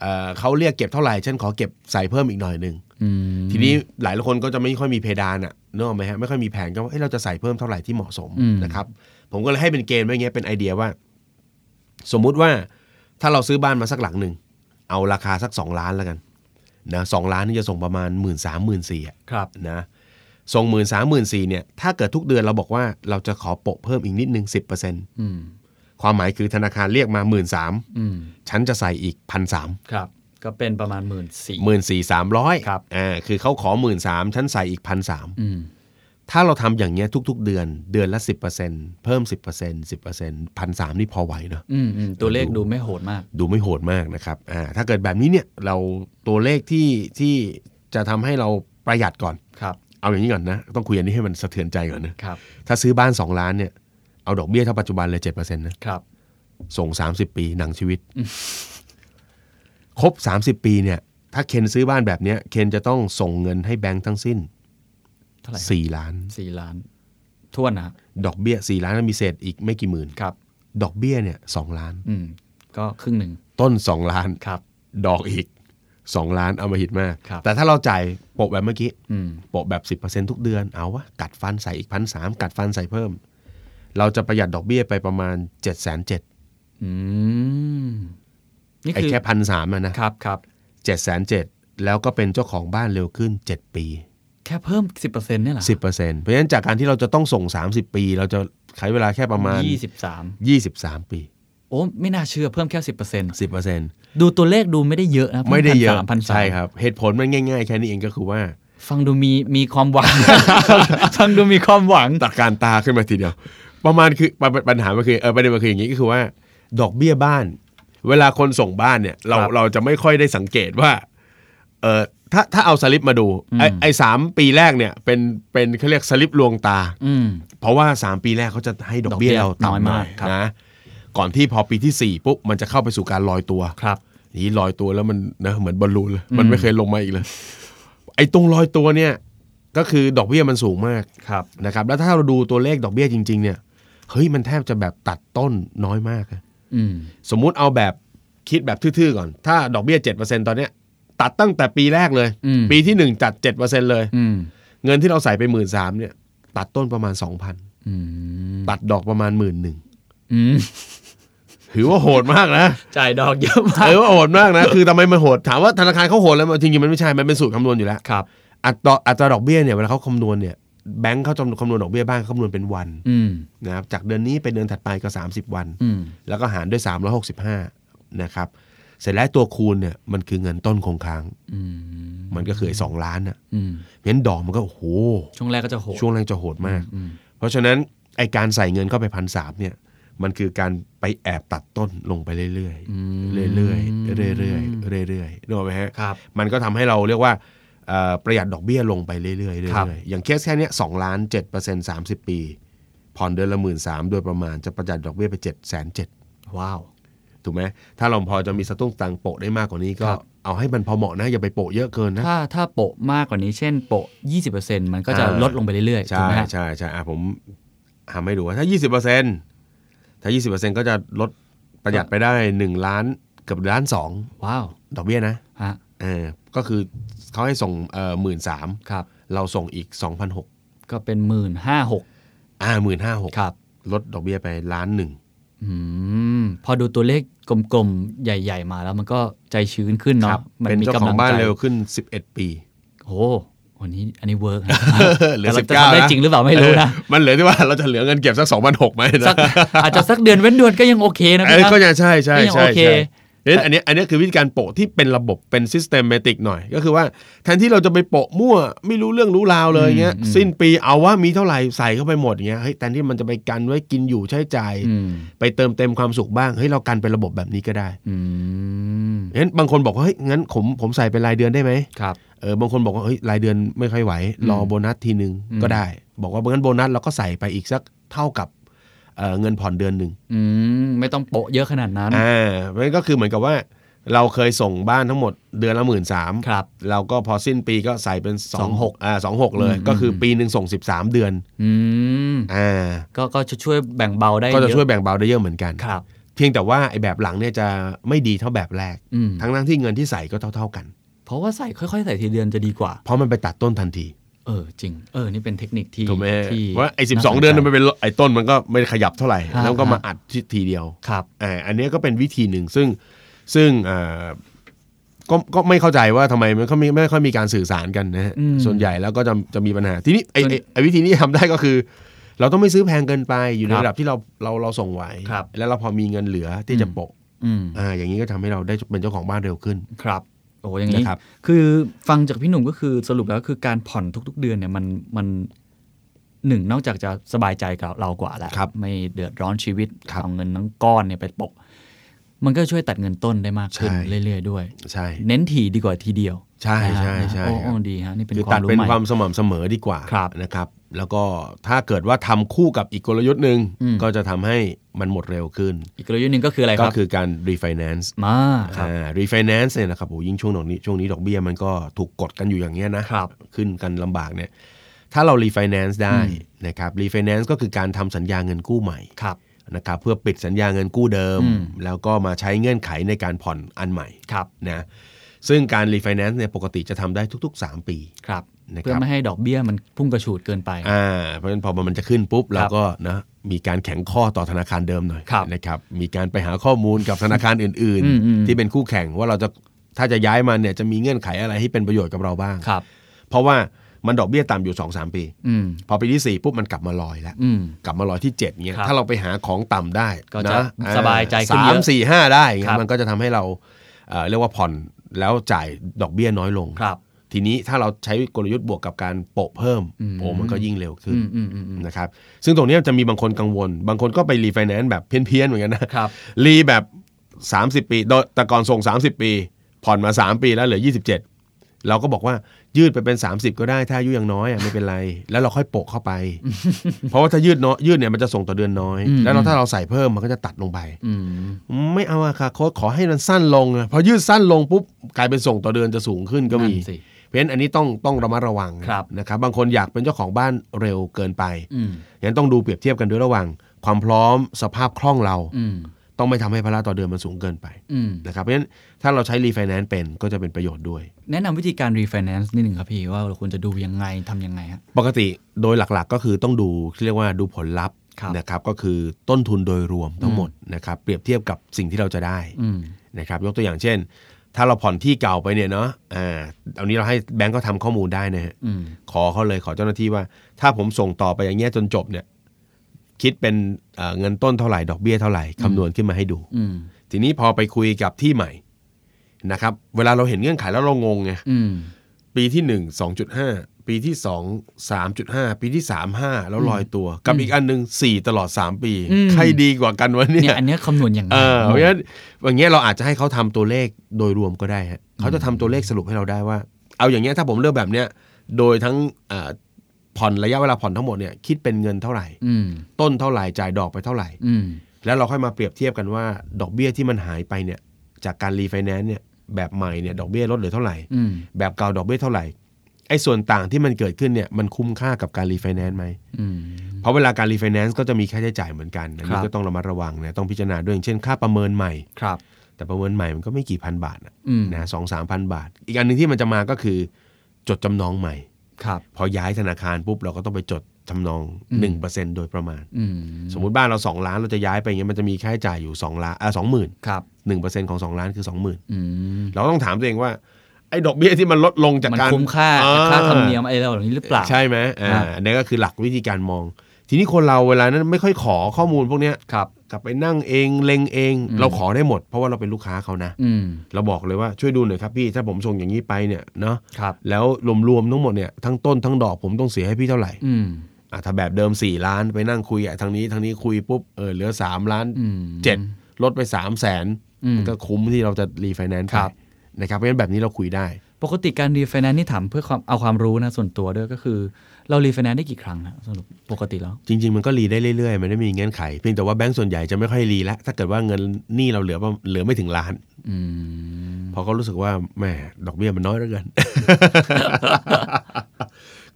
Speaker 4: เอ่อเขาเรียกเก็บเท่าไหร่ฉันขอเก็บใส่เพิ่มอีกหน่อยหนึ่ง
Speaker 3: อืม
Speaker 4: ทีนี้หลายคนก็จะไม่ค่อยมีเพดานอะเนกอะไหมฮะไม่ค่อยมีแผนก็ว่าเอ้ยเราจะใส่เพิ่มเท่าไหร่ที่เหมาะสมนะครับผมก็เลยให้เป็นเกณฑ์ไว้เงี้ยเป็นไอเดียว่า สมมุติว่าถ้าเราซื้อบ้านมาสักหลังหนึ่ง เอาราคาสัก 2 ล้านแล้วกันนะสล้านนี่จะส่งประมาณ 1 3ื่นสามหมื่นสี่
Speaker 3: ครับ
Speaker 4: นะส่ง1 3ื่นสามหมื่นสี่เนี่ยถ้าเกิดทุกเดือนเราบอกว่าเราจะขอโปะเพิ่มอีกนิดนึง 10%
Speaker 3: อืม
Speaker 4: ความหมายคือธนาคารเรียกมา 1 3ื่นสาม
Speaker 3: อืม
Speaker 4: ฉันจะใส่อีกพันสาม
Speaker 3: ครับ ก็เป็นประมาณหมื่นสี่
Speaker 4: หมื่นสี่สามร้อย
Speaker 3: ครับ
Speaker 4: อ่าคือเขาขอ 1 3ื่นสามฉันใส่อีกพันสาม
Speaker 3: อืม
Speaker 4: ถ้าเราทำอย่างเงี้ยทุก ๆ เดือนเดือนละ 10%เพิ่ม 10% 10%พันสามนี่พอไหวเนอะ
Speaker 3: อืมอืมตัวเลขดูไม่โหดมาก
Speaker 4: ดูไม่โหดมากนะครับ อ่า ถ้าเกิดแบบนี้เนี่ยเราตัวเลขที่ที่จะทำให้เราประหยัดก่อน
Speaker 3: ครับ
Speaker 4: เอาอย่างนี้ก่อนนะ ต้องคุยอันนี้ให้มันสะเทือนใจก่อนนะ
Speaker 3: ครับ
Speaker 4: ถ้าซื้อบ้าน 2 ล้านเนี่ย เอาดอกเบี้ยเท่าปัจจุบันเลยเจ็ดเปอร์เซ็นต์นะครับ ส่ง 30 ปีหนังชีวิต ครบ 30 ปีเนี่ย ถ้าเคนซื้อบ้านแบบเนี้ยเคนจะต้องส่งเงินให้แบงค์ทั้งสิ้น
Speaker 3: เท่าไหร่ครับ
Speaker 4: 4 ล้าน
Speaker 3: สี่ล้านทั่วนะครับ
Speaker 4: ดอกเบี้ย 4 ล้านแล้วมีเศษอีกไม่กี่หมื่น
Speaker 3: ครับ
Speaker 4: ดอกเบี้ยเนี่ยสล้าน
Speaker 3: อืม ก็ครึ่งหนึ่ง
Speaker 4: ต้น 2 ล้าน
Speaker 3: ครับ
Speaker 4: ดอกอีก 2 ล้านเอามาหิดมาก
Speaker 3: ครับ
Speaker 4: แต่ถ้าเราจ่ายโปะแบบเมื่อกี้
Speaker 3: อืม
Speaker 4: โปะแบบ 10%ทุกเดือน เอาวะ กัดฟันใส่อีกพันสกัดฟันใส่เพิ่ม เราจะประหยัดดอกเบี้ยไปประมาณ 7 7 0 0 0
Speaker 3: อืม นี่
Speaker 4: ไอ้
Speaker 3: คือ
Speaker 4: แค่พันสามนะ
Speaker 3: ครับครับ
Speaker 4: 7 7 0 0 0แล้วก็เป็นเจ้าของบ้านเร็วขึ้น 7 ปี
Speaker 3: แค่เพิ่มสิบเปอร์เซ็นต์เนี่ยเหรอ
Speaker 4: 10%เพราะฉะนั้นจากการที่เราจะต้องส่ง 30 ปี เราจะใช้เวลาแค่ประมาณ
Speaker 3: ยี่สิบสาม
Speaker 4: 23 ปี
Speaker 3: โอ้ไม่น่าเชื่อเพิ่มแค่สิบเปอร์เซ็นต์
Speaker 4: 10%
Speaker 3: ดูตัวเลขดูไม่ได้เยอะนะพิ่
Speaker 4: ไม่ได้เยอะ
Speaker 3: พันสามพันสาม
Speaker 4: ใช่ครับ เหตุผลมันง่ายๆ แค่นี้เองก็คือว่า
Speaker 3: ฟังดูมีมีความหวัง ฟังดูมีความหวัง
Speaker 4: ตะการตาขึ้นมาทีเดียว ประมาณคือปัญปัญหามันคือเออประเด็นมันคืออย่างนี้ก็คือว่า ดอกเบี้ยบ้าน เวลาคนส่งบ้านเนี่ย เรา
Speaker 3: ครับ
Speaker 4: เราจะไม่ค่อยได้สังเกตว่าเออถ้าถ้าเอาสลิปมาดู ไอ
Speaker 3: อืม
Speaker 4: ไอสามปีแรกเนี่ยเป็นเป็นเขาเรียกสลิปลวงตา
Speaker 3: อืม
Speaker 4: เพราะว่า 3 ปีแรกเขาจะให้ดอกเบี้ย
Speaker 3: ดอกเบี้ย
Speaker 4: เรา
Speaker 3: น้อย
Speaker 4: ต่ำหน่
Speaker 3: มา
Speaker 4: อก ย
Speaker 3: ครับ
Speaker 4: นะก่อนที่พอปีทีสี่4ปุ๊บมันจะเข้าไปสู่การลอยตัว
Speaker 3: ครับ
Speaker 4: นี่ลอยตัวแล้วมันนะเหมือนบอลลูนเลยมันไม่เคยลงมาอีกเลย ไอ้ตรงลอยตัวเนี่ยก็คือดอกเบี้ยมันสูงมาก
Speaker 3: ครับ
Speaker 4: นะครับแล้วถ้าเราดูตัวเลขดอกเบี้ยจริง ๆ เนี่ยเฮ้ยมันแทบจะแบบตัดต้นน้อยมากอะ
Speaker 3: อืม
Speaker 4: สมมุติเอาแบบคิดแบบทื่อๆก่อน ถ้าดอกเบี้ย7%ตอนเนี้ยตัดตั้งแต่ปีแรกเลย
Speaker 3: อืม
Speaker 4: ปีที่ 1 ตัด 7%เลย
Speaker 3: อืม
Speaker 4: เงินที่เราใส่ไป 1 3ื่นเนี่ยตัดต้นประมาณ 2,000
Speaker 3: อืม
Speaker 4: ตัดดอกประมาณ 1 1ื่นหนึ่ง
Speaker 3: อืม
Speaker 4: ถือว่าโหดมากนะ
Speaker 3: จ่ายดอกเยอะมาก
Speaker 4: ถือว่าโหดมากนะ คือทำไมมันโหด ถามว่าธนาคารเขาโหดแล้วจริงๆมันไม่ใช่ มันเป็นสูตรคำนวณอยู่แล้ว
Speaker 3: ครับ
Speaker 4: อัตราอัตราดอกเบี้ยเนี่ยเวลาเขาคำนวณเนี่ยแบงค์เขาจำคำนวณดอกเบี้ยบ้างเขาคำนวณเป็นวัน
Speaker 3: อืม
Speaker 4: นะครับจากเดือนนี้ไปเดือนถัดไปก็ 30 วัน
Speaker 3: อืม
Speaker 4: แล้วก็หารด้วย 365 นะครับ เสร็จแล้วตัวคูณเนี่ยมันคือเงินต้นคงค้าง
Speaker 3: อืม
Speaker 4: มันก็คือไอ้สองล้านอ่ะ
Speaker 3: อืม
Speaker 4: เพราะฉะนั้นดอกมันก็โอ้โห
Speaker 3: ช่วงแรกก็จะโหด
Speaker 4: ช่วงแรกจะโหดมาก
Speaker 3: อืม
Speaker 4: เพราะฉะนั้นไอการใส่เงินเข้าไปพันสามเนี่ยมันคือการไปแอบตัดต้นลงไปเรื่อย
Speaker 3: ม
Speaker 4: ๆเรื่อยๆเรื่อยๆเรื่อยๆนึกออกไหมฮะ
Speaker 3: ครับ
Speaker 4: มันก็ทำให้เราเรียกว่าเอ่อประหยัดดอกเบี้ยลงไปเรื่อยๆเรื่
Speaker 3: ครั
Speaker 4: อบ ยๆอย่างเคสแค่เนี้ยสองล้านเจ็ดเปอร์เซ็นต์สามสิบปี ผ่อนเดือนละหมื่นสามโดยประมาณจะประหยัดดอกเบี้ยไปเจ็ดแสนเจ็ด
Speaker 3: ว้าว
Speaker 4: ถูกไหมถ้าเราพอจะมีสตุ้งตังค์โปะได้มากกว่านี้ก็
Speaker 3: ครับ
Speaker 4: เอาให้มันพอเหมาะนะ อย่าไปโปะเยอะเกินนะ
Speaker 3: ถ้าถ้าโปะมากกว่านี้เช่นโปะ 20%มันก็จะ
Speaker 4: อ่า
Speaker 3: ลดลงไปเรื่อยๆถูก
Speaker 4: ใช่
Speaker 3: ไหมฮะ
Speaker 4: ใช่ใช่อ่ะผมหาให้ดูว่าถ้ายี่สิบเปอร์เซ็นต์ถ้ายี่สิบเปอร์เซ็นต์ก็จะลดประหยัดไปได้หนึ่งล้านเกือบล้านสอง
Speaker 3: ว้าว
Speaker 4: ดอกเบี้ยนะ
Speaker 3: ฮะ
Speaker 4: เออก็คือเขาให้ส่งเอ่อหมื่นสาม
Speaker 3: ครับ
Speaker 4: เราส่งอีกสองพันหก
Speaker 3: ก็เป็นหมื่นห้าหก
Speaker 4: อ่าหมื่นห้าหก
Speaker 3: ครับ
Speaker 4: ลดดอกเบี้ยไปล้านหนึ่ง
Speaker 3: อืม พอดูตัวเลขกลมๆ ใหญ่ๆ มาแล้วมันก็ใจชื้นขึ้นเนาะมั
Speaker 4: เป็น
Speaker 3: มี
Speaker 4: เจ้าข
Speaker 3: กำ
Speaker 4: อ
Speaker 3: ลั
Speaker 4: ง
Speaker 3: ง
Speaker 4: บ้าน
Speaker 3: ใจ
Speaker 4: เร็วขึ้น 11 ปี
Speaker 3: โอ้วันนี้อันนี้เวิร์ก
Speaker 4: เหลือ
Speaker 3: แต่เรา
Speaker 4: สิบ
Speaker 3: จะ
Speaker 4: เก้า
Speaker 3: ทำได้จริงหรือเปล่าไม่รู้นะ
Speaker 4: เออมันเหลือที่ว่าเราจะเหลือเงินเก็บสักสองพันหกไหม
Speaker 3: สั
Speaker 4: นะ
Speaker 3: กอาจจะสักเดือนเว้นเดือนก็ยังโอเคนะ
Speaker 4: เออ
Speaker 3: พี่นะ
Speaker 4: ก็ยังใช่ใช่
Speaker 3: ก็ยัง
Speaker 4: ใช่
Speaker 3: โอเค
Speaker 4: ใช่จ งั้นอันเนี้ยอันเนี้ยคือวิธีการโปะที่เป็นระบบเป็นซิสเตมเมติกหน่อย ก็คือว่าแทนที่เราจะไปโปะมั่วไม่รู้เรื่องรู้ราวเลยเงี้ย
Speaker 3: อืม
Speaker 4: สิ้นปีเอาว่ามีเท่าไหร่ใส่เข้าไปหมดเงี้ยเฮ้ยแทนที่มันจะไปกันไว้กินอยู่ใช้จ่าย
Speaker 3: อืม
Speaker 4: ไปเติมเต็มความสุขบ้างเฮ้ยเรากันเป็นระบบแบบนี้ก็ได้
Speaker 3: อืม
Speaker 4: งั้นบางคนบอกว่าเฮ้ยงั้นผมผมใส่เป็นรายเดือนได้ไหม
Speaker 3: ครับ
Speaker 4: เออบางคนบอกว่าเฮ้ยรายเดือนไม่ค่อยไหวรอ
Speaker 3: อืม
Speaker 4: โบนัสทีนึง
Speaker 3: อืม
Speaker 4: ก็ได้ บอกว่างั้นโบนัสเราก็ใส่ไปอีกสักเท่ากับเอ่อเงินผ่อนเดือนหนึ่ง
Speaker 3: อืมไม่ต้องโปะเยอะขนาดนั้น
Speaker 4: อ่ามันก็คือเหมือนกับว่า เราเคยส่งบ้านทั้งหมดเดือนละหมื่นสาม
Speaker 3: ครับ
Speaker 4: เราก็พอสิ้นปีก็ใส่เป็น
Speaker 3: สองหก
Speaker 4: 26อ่าสองหกเลย
Speaker 3: อืม
Speaker 4: ก็คือปีหนึ่งส่ง 13 เดือน
Speaker 3: อืม
Speaker 4: อ่า
Speaker 3: ก็ก็จะช่วยแบ่งเบาได้
Speaker 4: ก็จะช่วย
Speaker 3: เอ
Speaker 4: แบ่งเบาได้เยอะเหมือนกัน
Speaker 3: ครับ
Speaker 4: เพียงแต่ว่าไอ้แบบหลังเนี่ยจะไม่ดีเท่าแบบแรก
Speaker 3: อืม
Speaker 4: ทั้งนั้นที่เงินที่ใส่ก็เท่า ๆกัน
Speaker 3: เพราะว่าใส่ค่อยๆ ใส่ทีเดือนจะดีกว่า
Speaker 4: เพราะมันไปตัดต้นทันที
Speaker 3: เออ จริริง เออ นี่เป็นเทคนิคที่
Speaker 4: ถูกไหม
Speaker 3: ที่
Speaker 4: ว่าไอ้สิ
Speaker 3: า
Speaker 4: บ
Speaker 3: ส
Speaker 4: สองเดือน
Speaker 3: ใจ
Speaker 4: มันเป็นไอ้ต้นมันก็ไม่ขยับเท่าไหร่
Speaker 3: ฮะ
Speaker 4: แล้วก็มา
Speaker 3: ฮะ
Speaker 4: อัดที่ทีเดียว
Speaker 3: ครับ
Speaker 4: อ่าอันเนี้ยก็เป็นวิธีหนึ่งซึ่งซึ่งอ่าก็ก็ไม่เข้าใจว่าทำไมมันก็ไม่ไม่ค่อยมีการสื่อสารกันนะฮะ
Speaker 3: อืม
Speaker 4: ส่วนใหญ่แล้วก็จะจะมีปัญหา ทีนี้ไอ
Speaker 3: ส่วน
Speaker 4: ไอ้ไอวิธีนี้ทำได้ก็คือ เราต้องไม่ซื้อแพงเกินไปอยู่ใน
Speaker 3: ครับ
Speaker 4: ระดับที่เราเราเราส่งไหว
Speaker 3: ครับ
Speaker 4: แล้วเราพอมีเงินเหลือที่จะ
Speaker 3: อืม
Speaker 4: โปะ
Speaker 3: อืม
Speaker 4: อ่าอย่างนี้ก็ทำให้เราได้เป็นเจ้าของบ้านเร็วขึ้น
Speaker 3: ครับโอ้อย่างนี้
Speaker 4: นะครับ
Speaker 3: คือฟังจากพี่หนุ่มก็คือสรุปแล้วคือการผ่อนทุก ๆ เดือนเนี่ยมันมันหนึ่งนอกจากจะสบายใจกับเรากว่าแล้ว
Speaker 4: ครับ
Speaker 3: ไม่เดือดร้อนชีวิต
Speaker 4: ครับ
Speaker 3: เอาเงินทั้งก้อนเนี่ยไปโปะมันก็ช่วยตัดเงินต้นได้มากขึ้น
Speaker 4: ใช่
Speaker 3: เรื่อย ๆ ด้วย
Speaker 4: ใช่
Speaker 3: เน้นถี่ดีกว่าทีเดียว
Speaker 4: ใช่
Speaker 3: นะฮะ
Speaker 4: ใช่ใช่
Speaker 3: โอ้
Speaker 4: ค
Speaker 3: โอ้
Speaker 4: รับ
Speaker 3: ดีฮะนี่เป็น
Speaker 4: คือ
Speaker 3: ควา
Speaker 4: ตัด
Speaker 3: มรู้
Speaker 4: เป็น
Speaker 3: ใหม่
Speaker 4: ความสม่ำเสมอดีกว่า
Speaker 3: ครับ
Speaker 4: นะครับ แล้วก็ถ้าเกิดว่าทำคู่กับอีกกลยุทธ์หนึ่ง
Speaker 3: อืม
Speaker 4: ก็จะทำให้มันหมดเร็วขึ้น
Speaker 3: อีกกลยุทธ์หนึ่งก็คืออะไรค
Speaker 4: ก็
Speaker 3: รับ
Speaker 4: คือการ refinance
Speaker 3: มาครับ
Speaker 4: รีไฟแนนซ์เนี่ยนะครับโอ้ยิ่งช่วงดอกนี้ช่วงนี้ดอกเบี้ยมันก็ถูกกดกันอยู่อย่างเงี้ยนะครับ ขึ้นกันลำบากเนี่ยถ้าเรารีไฟแนนซ์ได้
Speaker 3: อืม
Speaker 4: นะครับรีไฟแนนซ์ก็คือการทำสัญญาเงินกู้ใหม่
Speaker 3: ครับ
Speaker 4: นะครับเพื่อปิดสัญญาเงินกู้เดิม
Speaker 3: อืม
Speaker 4: แล้วก็มาใช้เงื่อนไขในการผ่อนอันใหม่
Speaker 3: ครับ
Speaker 4: นะซึ่งการรีไฟแนนซ์เนี่ยปกติจะทำได้ทุก ๆ 3 ปี
Speaker 3: ครับ
Speaker 4: นะครับ
Speaker 3: เพื่อไม่ให้ดอกเบี้ยมันพุ่งกระฉูดเกินไป
Speaker 4: อ่าเพราะฉะนั้นพอมันจะขึ้นปุ๊บ เราก็นะมีการแข็งข้อต่อธนาคารเดิมหน่อย
Speaker 3: ครับ
Speaker 4: นะครับมีการไปหาข้อมูลกับธนาคารอื่น
Speaker 3: อืมอืม
Speaker 4: ๆ ที่เป็นคู่แข่งว่าเราจะถ้าจะย้ายมันเนี่ยจะมีเงื่อนไขอะไรที่เป็นประโยชน์กับเราบ้าง
Speaker 3: ครับ
Speaker 4: เพราะว่ามันดอกเบี้ยต่ำอยู่ 2-3 ปี
Speaker 3: อืม
Speaker 4: พอปีที่ 4 ปุ๊บมันกลับมาลอยแล้ว
Speaker 3: อืม
Speaker 4: กลับมาลอยที่7เงี้ย
Speaker 3: ครับ
Speaker 4: ถ้าเราไปหาของต่ำได้
Speaker 3: ก็จะ
Speaker 4: น
Speaker 3: สบายใจขึ้น
Speaker 4: สา
Speaker 3: เย
Speaker 4: ม
Speaker 3: อะ
Speaker 4: สี่ห้าได้เงี้ย
Speaker 3: ครับ
Speaker 4: มันก็จะทำให้เราเอ่อเรียกว่าผ่อนแล้วจ่ายดอกเบี้ยน้อยลง
Speaker 3: ครับ
Speaker 4: ทีนี้ถ้าเราใช้กลยุทธ์บวกกับการโปะเพิ่ม
Speaker 3: อืม
Speaker 4: โอ้มันก็ยิ่งเร็วขึ้น
Speaker 3: อืมอืมอืมอืม
Speaker 4: นะครับซึ่งตรงเนี้ยจะมีบางคนกังวล บางคนก็ไปรีไฟแนนซ์แบบเพี้ยนๆเหมือนกันนะครับ รีแบบ 30 ปีโดยแต่ก่อนส่ง 30 ปี ผ่อนมา 3 ปีแล้วเหลือ 27 เราก็บอกว่ายืดไปเป็น 30 ก็ได้ถ้าอายุยังน้อยอ่ะไม่เป็นไร แล้วเราค่อยโปะเข้า ไป เพราะว่าถ้ายืดเนาะยืดเนี่ยมันจะส่งต่อเดือนน้อย
Speaker 3: อืม
Speaker 4: แล้วเราถ้าเราใส่เพิ่มมันก็จะตัดลงไป
Speaker 3: อืม
Speaker 4: ไม่เอาอะค่ะโค้ชขอให้มันสั้นลงนะพอยืดสั้นลงปุ๊บกลายเป็นส่งต่อเดือนจะสูงขึ้นก็มี
Speaker 3: นั่นสิ
Speaker 4: เพราะฉะนั้นอันนี้ต้องต้องระมัดระวัง
Speaker 3: ครับ
Speaker 4: นะครับบางคนอยากเป็นเจ้าของบ้านเร็วเกินไป
Speaker 3: อืม
Speaker 4: งั้นต้องดูเปรียบเทียบกันด้วยระหว่าง ความพร้อมสภาพคล่องเรา
Speaker 3: อืม
Speaker 4: ต้องไม่ทำให้ภาระต่อเดือนมันสูงเกินไป
Speaker 3: อืม
Speaker 4: นะครับเพราะฉะนั้นถ้าเราใช้รีไฟแนนซ์เป็นก็จะเป็นประโยชน์ด้วย
Speaker 3: แนะนำวิธีการ refinance นิดหนึ่งครับพี่ ว่าเราควรจะดูยังไงทำยังไงฮะ
Speaker 4: ปกติโดยหลักๆก็คือต้องดูที่เรียกว่าดูผลลัพธ์
Speaker 3: ครับ
Speaker 4: นะครับก็คือต้นทุนโดยรวมทั้งหมดนะครับเปรียบเทียบกับสิ่งที่เราจะได้
Speaker 3: อืม
Speaker 4: นะครับยกตัวอย่างเช่น ถ้าเราผ่อนที่เก่าไปเนี่ยเนาะอ่าเอานี้เราให้แบงก์เขาทำข้อมูลได้นะฮะ
Speaker 3: อืม
Speaker 4: ขอเขาเลยขอเจ้าหน้าที่ว่า ถ้าผมส่งต่อไปอย่างเงี้ยจนจบเนี่ยคิดเป็นเอ่อเงินต้นเท่าไหร่ดอกเบี้ยเท่าไหร่คำนวณขึ้นมาให้ดู
Speaker 3: อืม
Speaker 4: ทีนี้พอไปคุยกับที่ใหม่นะครับเวลาเราเห็นเงื่อนไขแล้วเรางงไง
Speaker 3: อืม
Speaker 4: ปีที่ 1 2.5 ปีที่ 2 3.5 ปีที่ 3 5 แล้วลอยตัว กับอีกอันหนึ่ง4 ตลอด 3 ปี
Speaker 3: อืม
Speaker 4: ใครดีกว่ากันวะเนี่
Speaker 3: เนี่ย
Speaker 4: ย
Speaker 3: อันเนี้ยคำนวณอย่างไง
Speaker 4: เออเพราะฉะนั้นอย่างเงี้ยเราอาจจะให้เขาทำตัวเลขโดยรวมก็ได้ฮะเขาจะทำตัวเลขสรุปให้เราได้ว่า เอาอย่างเงี้ยถ้าผมเลือกแบบเนี้ยโดยทั้งเอ่อผ่อนระยะเวลาผ่อนทั้งหมดเนี่ยคิดเป็นเงินเท่าไหร่
Speaker 3: อืม
Speaker 4: ต้นเท่าไหร่จ่ายดอกไปเท่าไหร่
Speaker 3: อืม
Speaker 4: แล้วเราค่อยมาเปรียบเทียบกันว่า ดอกเบี้ยที่มันหายไปเนี่ยจากการรีไฟแนนซ์เนี่ยแบบใหม่เนี่ยดอกเบี้ยลดเหลือเท่าไหร่
Speaker 3: อืม
Speaker 4: แบบเก่าดอกเบี้ยเท่าไหร่ไอ้ส่วนต่างที่มันเกิดขึ้นเนี่ยมันคุ้มค่ากับการรีไฟแนนซ์ไหม
Speaker 3: อืม
Speaker 4: เพราะเวลาการรีไฟแนนซ์ก็จะมีค่าใช้จ่ายเหมือนกันอัน
Speaker 3: ครั
Speaker 4: นี้
Speaker 3: บ
Speaker 4: ก็ต้องระมัดระวังนะต้องพิจารณาด้วยอย่างเช่นค่าประเมินใหม่
Speaker 3: ครับ
Speaker 4: แต่ประเมินใหม่มันก็ไม่กี่พันบาทอะ
Speaker 3: อืม
Speaker 4: นะสองสามพันบาท อีกอันหนึ่งที่มันจะมาก็คือ จดจำนองใหม่
Speaker 3: ครับ
Speaker 4: พอย้ายธนาคารปุ๊บเราก็ต้องไปจดจำนอง
Speaker 3: อืม
Speaker 4: หนึ่งเปอร์เซ็นต์โดยประมาณ
Speaker 3: อืม
Speaker 4: สมมุติบ้านเรา 2 ล้านเราจะย้ายไปอย่างเงี้ยมันจะมีค่าใช้จ่ายอยู่2ล้านอ่ะสองหมื่น
Speaker 3: ครับ
Speaker 4: หนึ่งเปอร์เซ็นต์ของ 2 ล้านคือ 20,000
Speaker 3: อืม
Speaker 4: เราต้องถามตัวเองว่า ไอ้ดอกเบี้ยที่มันลดลงจาก
Speaker 3: มัน
Speaker 4: การ
Speaker 3: คุ้มค่า
Speaker 4: อ่
Speaker 3: ค่าธรรมเนียมอะไรเหล่านี้หรือเปล่า
Speaker 4: ใช่ไหมอ่า
Speaker 3: อ่า
Speaker 4: อันนี้ก็คือหลักวิธีการมอง ทีนี้คนเราเวลานั้นไม่ค่อยขอข้อมูลพวกเนี้ย
Speaker 3: ครับ
Speaker 4: กลับไปนั่งเองเล็งเอง
Speaker 3: อืม
Speaker 4: เราขอได้หมด เพราะว่าเราเป็นลูกค้าเขานะ
Speaker 3: อืม
Speaker 4: เราบอกเลยว่าช่วยดูหน่อยครับพี่ถ้าผมส่งอย่างนี้ไปเนี่ยเนาะ
Speaker 3: ครับ
Speaker 4: แล้วรวมๆทั้งหมดเนี่ยทั้งต้นทั้งดอกผมต้องเสียให้พี่เท่าไหร่
Speaker 3: อืม
Speaker 4: อ่ะถ้าแบบเดิม 4 ล้านไปนั่งคุยอ่ะทางนี้ทางนี้คุยปุ๊บเออเหลือ 3 ล้าน
Speaker 3: อืม
Speaker 4: 7 ลดไป 3 0 0แสน
Speaker 3: อืม
Speaker 4: ก็คุ้มที่เราจะรีไฟแนนซ์ไป
Speaker 3: ครับ
Speaker 4: นะครับเพราะฉะนั้นแบบนี้เราคุยได้
Speaker 3: ปกติการรีไฟแนนซ์นี่ถามเพื่อความเอาความรู้นะส่วนตัวด้วยก็คือ เรารีไฟแนนซ์ได้กี่ครั้งฮะสรุปปกติแล้ว
Speaker 4: จริง ๆ มันก็รีได้เรื่อยๆ มันไม่มีเงื่อนไข เพียงแต่ว่าแบงก์ส่วนใหญ่จะไม่ค่อยรีละถ้าเกิดว่าเงินหนี้เราเหลือประเหลือไม่ถึงล้าน
Speaker 3: อืม
Speaker 4: เพราะเขารู้สึกว่าแหมดอกเบี้ยมันน้อยเหลือเกิน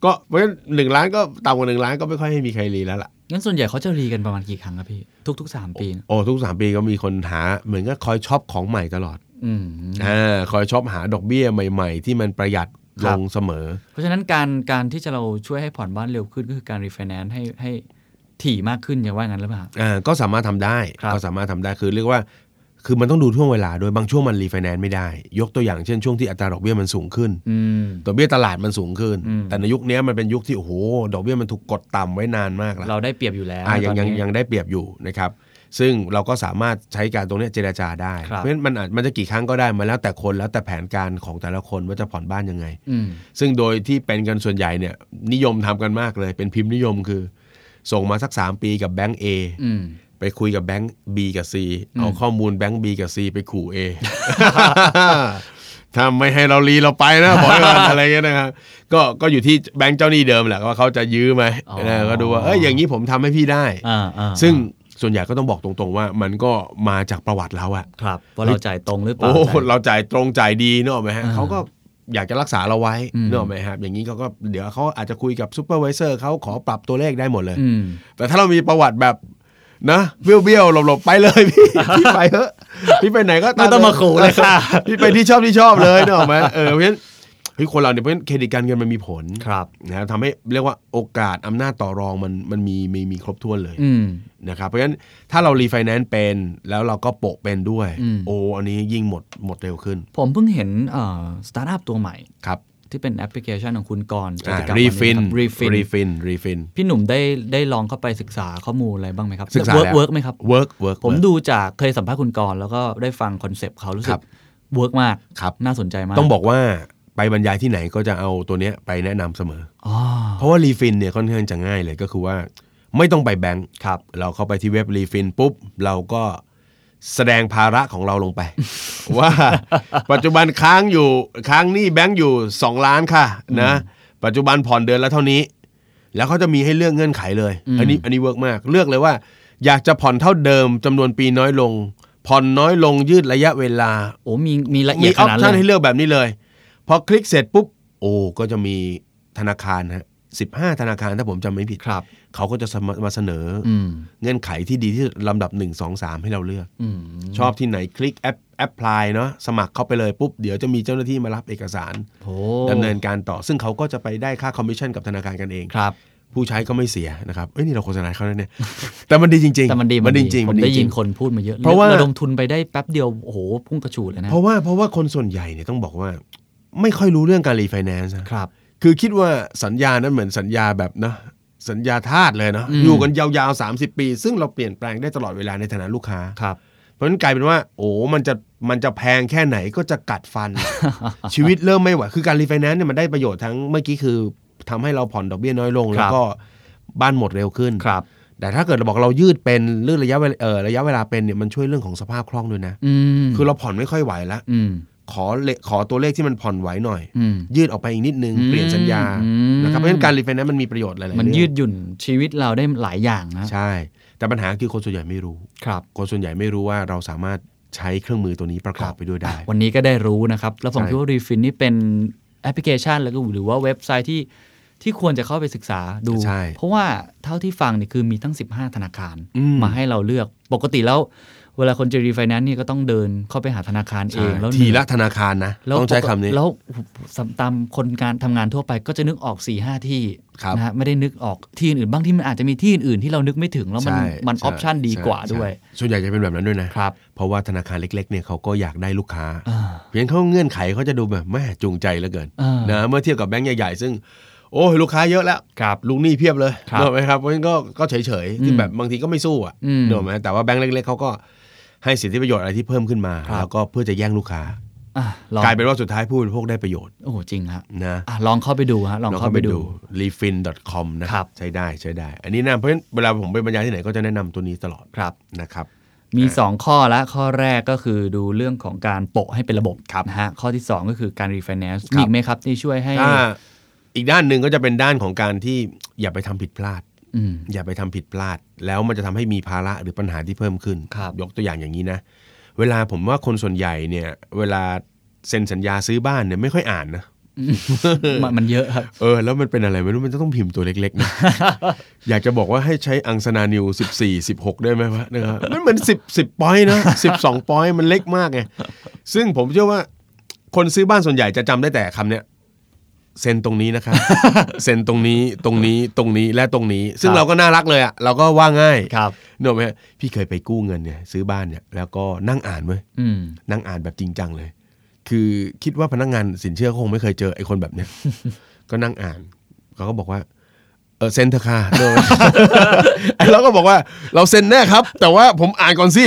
Speaker 4: ก็เพราะฉะนั้นหนึ่งล้านก็ต่ำกว่าหนึ่งล้านก็ไม่ค่อยให้มีใครรีแล้วล่ะ
Speaker 3: งั้นส่วนใหญ่เขาจะรีกันประมาณกี่ครั้งครับพี่ ทุกๆสามปีนะ
Speaker 4: โอ้ทุกสามปีก็มีคนหาเหมือนก็คอยช็อปของใหม่ตลอด
Speaker 3: อืม
Speaker 4: อ่าคอยช็อปหาดอกเบี้ยใหม่ ๆ ที่มันประหยัด
Speaker 3: ค
Speaker 4: ล
Speaker 3: รับ
Speaker 4: งเสมอ
Speaker 3: เพราะฉะนั้นการการที่จะเราช่วยให้ผ่อนบ้านเร็วขึ้นก็คือการรีไฟแนนซ์ให้ให้ถี่มากขึ้นอย่างว่างั้นหรือเปล่า
Speaker 4: อ่าก็สามารถทำได้
Speaker 3: ครับ
Speaker 4: ก็สามารถทำได้คือเรียกว่า คือมันต้องดูช่วงเวลาด้วยบางช่วงมันรีไฟแนนซ์ไม่ได้ ยกตัวอย่างเช่นช่วงที่อัตราดอกเบี้ยมันสูงขึ้น
Speaker 3: อืม
Speaker 4: ดอกเบี้ยตลาดมันสูงขึ้น
Speaker 3: อืม
Speaker 4: แต่ในยุคเนี้ยมันเป็นยุคที่โอ้โหดอกเบี้ยมันถูกกดต่ำไว้นานมากแล้ว
Speaker 3: เราได้เปรียบอยู่แล้ว
Speaker 4: อ่ะยัง
Speaker 3: ตอน
Speaker 4: ยัง
Speaker 3: นี้
Speaker 4: ยังได้เปรียบอยู่นะครับ ซึ่งเราก็สามารถใช้การตรงเนี้ยเจรจาได้
Speaker 3: ครับ
Speaker 4: เพราะฉะนั้นมันอาจมันจะกี่ครั้งก็ได้มาแล้วแต่คนแล้วแต่แผนการของแต่ละคนว่าจะผ่อนบ้านยังไง
Speaker 3: อืม
Speaker 4: ซึ่งโดยที่เป็นกันส่วนใหญ่เนี่ยนิยมทำกันมากเลย เป็นพิมพ์นิยมคือ ส่งมาสัก 3 ปีกับแบงก์ A
Speaker 3: อืม
Speaker 4: ไปคุยกับแบงค์ B กับ C เอาข้อมูลแบงค์ B กับ C ไปขู่ A ถ้าไม่ให้เรารีเราไปนะ บอกไว้ก่อน อะไรเงี้ยนะครับก็ก็อยู่ที่แบงค์เจ้าหนี้เดิมแหละว่าเขาจะยื้อไหม
Speaker 3: อ๋อ
Speaker 4: นะก็ดูว่าเอ้ยอย่างนี้ผมทำให้พี่ได้
Speaker 3: อ่าอ่า
Speaker 4: ซึ่งส่วนใหญ่ก็ต้องบอกตรงๆว่ามันก็มาจากประวัติเราอะ
Speaker 3: ครับว่าเราจ่ายตรงหรือเป
Speaker 4: โอ้
Speaker 3: ล่า
Speaker 4: โห
Speaker 3: จ่าย
Speaker 4: เราจ่ายตรงจ่ายดีเนกอะไหมฮะ
Speaker 3: อ่า
Speaker 4: เขาก็อยากจะรักษาเราไว้
Speaker 3: อืม
Speaker 4: เนกอะไหมครับอย่างนี้เขาก็เดี๋ยวเขาอาจจะคุยกับซูเปอร์ไวิเซอร์เขาขอปรับตัวเลขได้หมดเลย
Speaker 3: อืม
Speaker 4: แต่ถ้าเรามีประวัติแบบนะเบี้ยวเบี้ยวๆหลบๆ ไปเลยพี่ พี่ไปเถอะพี่ไปไหนก็
Speaker 3: ไม่ต้องมาขู่เลยค่ะ
Speaker 4: พี่ไปที่ชอบที่ชอบเลยเนกอะไหมเออเพราะฉะนั้นเฮ้ยคนเราเนี่ยเพราะฉะนั้นเครดิตการเงินมันมีผล
Speaker 3: ครับ
Speaker 4: นะครับทำให้เรียกว่าโอกาสอำนาจต่อรองมันมันมีมีมีครบถ้วนเลย
Speaker 3: อืม
Speaker 4: นะครับเพราะฉะนั้นถ้าเรารีไฟแนนซ์เป็นแล้วเราก็โปะเป็นด้วย
Speaker 3: อืม
Speaker 4: โอ้อันนี้ยิ่งหมดหมดเร็วขึ้น
Speaker 3: ผมเพิ่งเห็นเอ่อสตาร์ทอัพตัวใหม่
Speaker 4: ครับ
Speaker 3: ที่เป็นแอปพลิเคชันของคุณกรณ์
Speaker 4: อ่า
Speaker 3: จตุกม
Speaker 4: รีฟิน
Speaker 3: รีฟิน
Speaker 4: รีฟินรีฟิน
Speaker 3: พี่หนุ่มได้ได้ลองเข้าไปศึกษาข้อมูลอะไรบ้างไหมครับ
Speaker 4: ศึกษา
Speaker 3: เวิร์ก
Speaker 4: แล้ว
Speaker 3: เวิร์กไหมครับ
Speaker 4: เวิร์กเวิร์ก
Speaker 3: ผมดูจากเคยสัมภาษณ์คุณกรณ์แล้วก็ได้ฟังคอนเซปต์เขารู้สึ
Speaker 4: ครั
Speaker 3: ก
Speaker 4: บ
Speaker 3: เวิร์กมาก
Speaker 4: ครับ
Speaker 3: น่าสนใจมาก
Speaker 4: ต้องบอกว่าไปบรรยายที่ไหนก็จะเอาตัวเนี้ยไปแนะนำเสมอ
Speaker 3: อ๋อ
Speaker 4: เพราะว่ารีฟินเนี่ยค่อนข้างจะง่ายเลยก็คือว่าไม่ต้องไปแบงค์
Speaker 3: ครับ
Speaker 4: เราเข้าไปที่เว็บรีฟินปุ๊บ เราก็แสดงภาระของเราลงไป ว่าปัจจุบันค้างอยู่ค้างหนี้แบงค์อยู่ 2 ล้านค่ะนะปัจจุบันผ่อนเดือนละเท่านี้ แล้วเขาจะมีให้เลือกเงื่อนไขเลย อันนี้อันนี้เวิร์กมาก เลือกเลยว่า อยากจะผ่อนเท่าเดิมจำนวนปีน้อยลง ผ่อนน้อยลงยืดระยะเวลา
Speaker 3: โอ้มีมีละเอี
Speaker 4: มี
Speaker 3: ยด
Speaker 4: อ
Speaker 3: ข
Speaker 4: อป
Speaker 3: นาด
Speaker 4: ชั
Speaker 3: นั้น นเล
Speaker 4: ให้
Speaker 3: ย
Speaker 4: เลือกแบบนี้เลย พอคลิกเสร็จปุ๊บ โอ้ ก็จะมีธนาคารฮะสิบห้าธนาคารถ้าผมจำไม่ผิด
Speaker 3: ครับ
Speaker 4: เขาก็จะสมมาเสนออ
Speaker 3: อืม
Speaker 4: เงื่อนไขที่ดีที่สุดลำดับ 1 2 3 ให้เราเลือก
Speaker 3: อืม
Speaker 4: ชอบที่ไหนคลิกแอปแอปพลายเนาะสมัครเข้าไปเลยปุ๊บ เดี๋ยวจะมีเจ้าหน้าที่มารับเอกสาร
Speaker 3: โอ้
Speaker 4: ดำเนินการต่อ ซึ่งเขาก็จะไปได้ค่าคอมมิชชั่นกับธนาคารกันเอง
Speaker 3: ครับ
Speaker 4: ผู้ใช้ก็ไม่เสียนะครับเอ้ยนี่เราโฆษณาเขาแล้วเนี่ย แต่มันดีจริงๆ
Speaker 3: แต่มันดี
Speaker 4: มันดีจริง
Speaker 3: ผ
Speaker 4: มั
Speaker 3: ม
Speaker 4: น
Speaker 3: ได้
Speaker 4: จ
Speaker 3: ยิ
Speaker 4: ริ
Speaker 3: น
Speaker 4: ง
Speaker 3: คนพูดมาเยอะ
Speaker 4: เพราะว่า
Speaker 3: ระดมทุนไปได้แป๊บเดียวโอ้โหพุ่งกระฉูดเลยนะ
Speaker 4: เพราะว่าเพราะว่าคนส่วนใหญ่เนี่ยต้องบอกว่า ไม่ค่อยรู้เรื่องการรีไฟแนนซ์นะ
Speaker 3: ครับ
Speaker 4: คือคิดว่าสัญญานั้นเหมือนสัญญาแบบนะสัญญาทาสเลยนะ
Speaker 3: อืม
Speaker 4: อยู่กันยาวๆ 30 ปี ซึ่งเราเปลี่ยนแปลงได้ตลอดเวลาในฐานะลูกค้า
Speaker 3: ครับ
Speaker 4: เพราะฉะนั้นกลายเป็นว่า โอ้มันจะมันจะแพงแค่ไหนก็จะกัด ฟัน ชีวิตเริ่มไม่ไหวคือการรีไฟแนนซ์เนี่ยมันได้ประโยชน์ทั้งเมื่อกี้คือทำให้เราผ่อนดอกเบี้ยน้อยลง
Speaker 3: ค
Speaker 4: แล้
Speaker 3: รั
Speaker 4: ว
Speaker 3: บ
Speaker 4: ก็บ้านหมดเร็วขึ้น
Speaker 3: ครับ
Speaker 4: แต่ถ้าเกิดเราบอกเรายืดเป็นเรื่องระยะเวลาเออระยะเวลาเป็นเนี่ยมันช่วยเรื่องของสภาพคล่องด้วยนะ
Speaker 3: อืม
Speaker 4: คือเราผ่อนไม่ค่อยไหวละ
Speaker 3: อืม
Speaker 4: ขอเลขอตัวเลขที่มันผ่อนไหวหน่อย
Speaker 3: อืม
Speaker 4: ยืดออกไปอีกนิดนึง
Speaker 3: อืม
Speaker 4: เปลี่ยนสัญญา
Speaker 3: อืม
Speaker 4: นะครับเพราะฉะนั้นการรีไฟแนนซ์มันมีประโยชน์หลายๆ
Speaker 3: มัน
Speaker 4: เรื่อง
Speaker 3: ยืดหยุ่นชีวิตเราได้หลายอย่างนะ
Speaker 4: ใช่ แต่ปัญหาคือคนส่วนใหญ่ไม่รู้
Speaker 3: ครับ
Speaker 4: คนส่วนใหญ่ไม่รู้ว่าเราสามารถใช้เครื่องมือตัวนี้ประกอบไปด้วยได้
Speaker 3: วันนี้ก็ได้รู้นะครับ แล้วผม
Speaker 4: ใช่
Speaker 3: คิดว่ารีฟินนี่เป็นแอปพลิเคชันแล้วก็หรือว่าเว็บไซต์ที่ที่ควรจะเข้าไปศึกษาดู
Speaker 4: ใช่
Speaker 3: เพราะว่าเท่าที่ฟังนี่คือมีตั้ง 15 ธนาคาร
Speaker 4: อืม
Speaker 3: มาให้เราเลือกปกติแล้ว เวลาคนจะรีไฟแนนซ์นี่ก็ต้องเดินเข้าไปหาธนาคารเอ
Speaker 4: ใช่
Speaker 3: งแล้ว
Speaker 4: ที
Speaker 3: เหนื่
Speaker 4: ละ
Speaker 3: อย
Speaker 4: ธนาคารนะ
Speaker 3: แล้ว
Speaker 4: ต้องใช้คำนี้
Speaker 3: แล้วตามคนการทำงานทั่วไปก็จะนึกออก4ี่ห้าที่
Speaker 4: ครับ
Speaker 3: นะฮะไม่ได้นึกออกที่อื่นๆบางที่มันอาจจะมีที่อื่นๆที่เรานึกไม่ถึงแล้วมัน
Speaker 4: ใช่
Speaker 3: มัน
Speaker 4: ใช่
Speaker 3: ออปชันดี
Speaker 4: ใช่
Speaker 3: กว่า
Speaker 4: ใช่
Speaker 3: ด้วย
Speaker 4: ส่วนใหญ่จะเป็นแบบนั้นด้วยนะ
Speaker 3: ครับ
Speaker 4: เพราะว่าธนาคารเล็ก ๆ เนี่ยเขาก็อยากได้ลูกค้า
Speaker 3: อ่า
Speaker 4: เพียงเขาเงื่อนไขเขาจะดูแบบแม่จูงใจเหลือเกิน
Speaker 3: อ่าน
Speaker 4: นะเมื่อเทียบกับแบงก์ใหญ่ ๆ ซึ่ง โอ้ยลูกค้าเยอะแล้ว
Speaker 3: ครับ
Speaker 4: ลูกหนี้เพียบเลย
Speaker 3: ครับ
Speaker 4: เนกอะไหมครับเพราะฉะนั้นก็ก็เฉยๆที่
Speaker 3: อืม
Speaker 4: แบบบางทีก็ไม่สู้อ่ะ
Speaker 3: อืม
Speaker 4: เนกอะไหมแต่ว่าแบงก์เล็กๆเขาก็ให้สิทธิประโยชน์อะไรที่เพิ่มขึ้นมา
Speaker 3: ครับ
Speaker 4: แล้วก็เพื่อจะแย่งลูกค้า
Speaker 3: อ่ะลอง
Speaker 4: กลายเป็นว่าสุดท้ายผู้บริโภคได้ประโยชน์
Speaker 3: โอ้โหจริงฮะ
Speaker 4: นะ
Speaker 3: อ่ะลองเข้าไปดูฮะลองเข้าไปดู
Speaker 4: refin.com นะครับ ใช้ได้ใช้ได้ อันนี้นะเพราะฉะนั้นเวลาผมไปบรรยายที่ไหนก็จะแนะนำตัวนี้ตลอด
Speaker 3: ครับ
Speaker 4: นะครับ
Speaker 3: มี 2 ข้อละข้อแรกก็คือดูเรื่องของการโปะให้เป็นระบบ
Speaker 4: ครับ
Speaker 3: นะฮะข้อที่ 2 ก็คือการ refinance
Speaker 4: ครับ
Speaker 3: มีอีกไหมครับที่ช่วยให้
Speaker 4: ถ้าอีกด้านหนึ่งก็จะเป็นด้านของการที่อย่าไปทำผิดพลาด
Speaker 3: อื ม
Speaker 4: อย่าไปทำผิดพลาด แล้วมันจะทำให้มีภาระหรือปัญหาที่เพิ่มขึ้น
Speaker 3: ครับ
Speaker 4: ยกตัวอย่างอย่างนี้นะ เวลาผมว่าคนส่วนใหญ่เนี่ย เวลาเซ็นสัญญาซื้อบ้านเนี่ยไม่ค่อยอ่านนะ
Speaker 3: มันมันเยอะครับ
Speaker 4: เออแล้วมันเป็นอะไรไม่รู้มันจะต้องพิมพ์ตัวเล็ก ๆนะ อยากจะบอกว่าให้ใช้อังสนานิว 14 16 ได้ไหมวะนะครับมันเหมือน 10 10ปอยต์นะ 12 ปอยต์มันเล็กมากไงซึ่งผมเชื่อว่าคนซื้อบ้านส่วนใหญ่จะจำได้แต่คำเนี้ยเซ็นตรงนี้นะครับ เซ็นตรงนี้ตรงนี้ตรงนี้และตรงนี้ ซึ่ง
Speaker 3: ครับ
Speaker 4: เราก็น่ารักเลยอ่ะเราก็ว่าง่าย
Speaker 3: ครับ
Speaker 4: เนกอะไหมฮะพี่เคยไปกู้เงินเนี่ยซื้อบ้านเนี่ยแล้วก็นั่งอ่านเว้ย
Speaker 3: อืม
Speaker 4: นั่งอ่านแบบจริงจังเลย คือคิดว่าพนักงานสินเชื่อก็คงไม่เคยเจอไอ้คนแบบเนี้ย ก็นั่งอ่าน เขาก็บอกว่า เออเซ็นเถอะค่ะโดย เราก็บอกว่าเราเซ็นแน่ครับ แต่ว่าผมอ่านก่อนสิ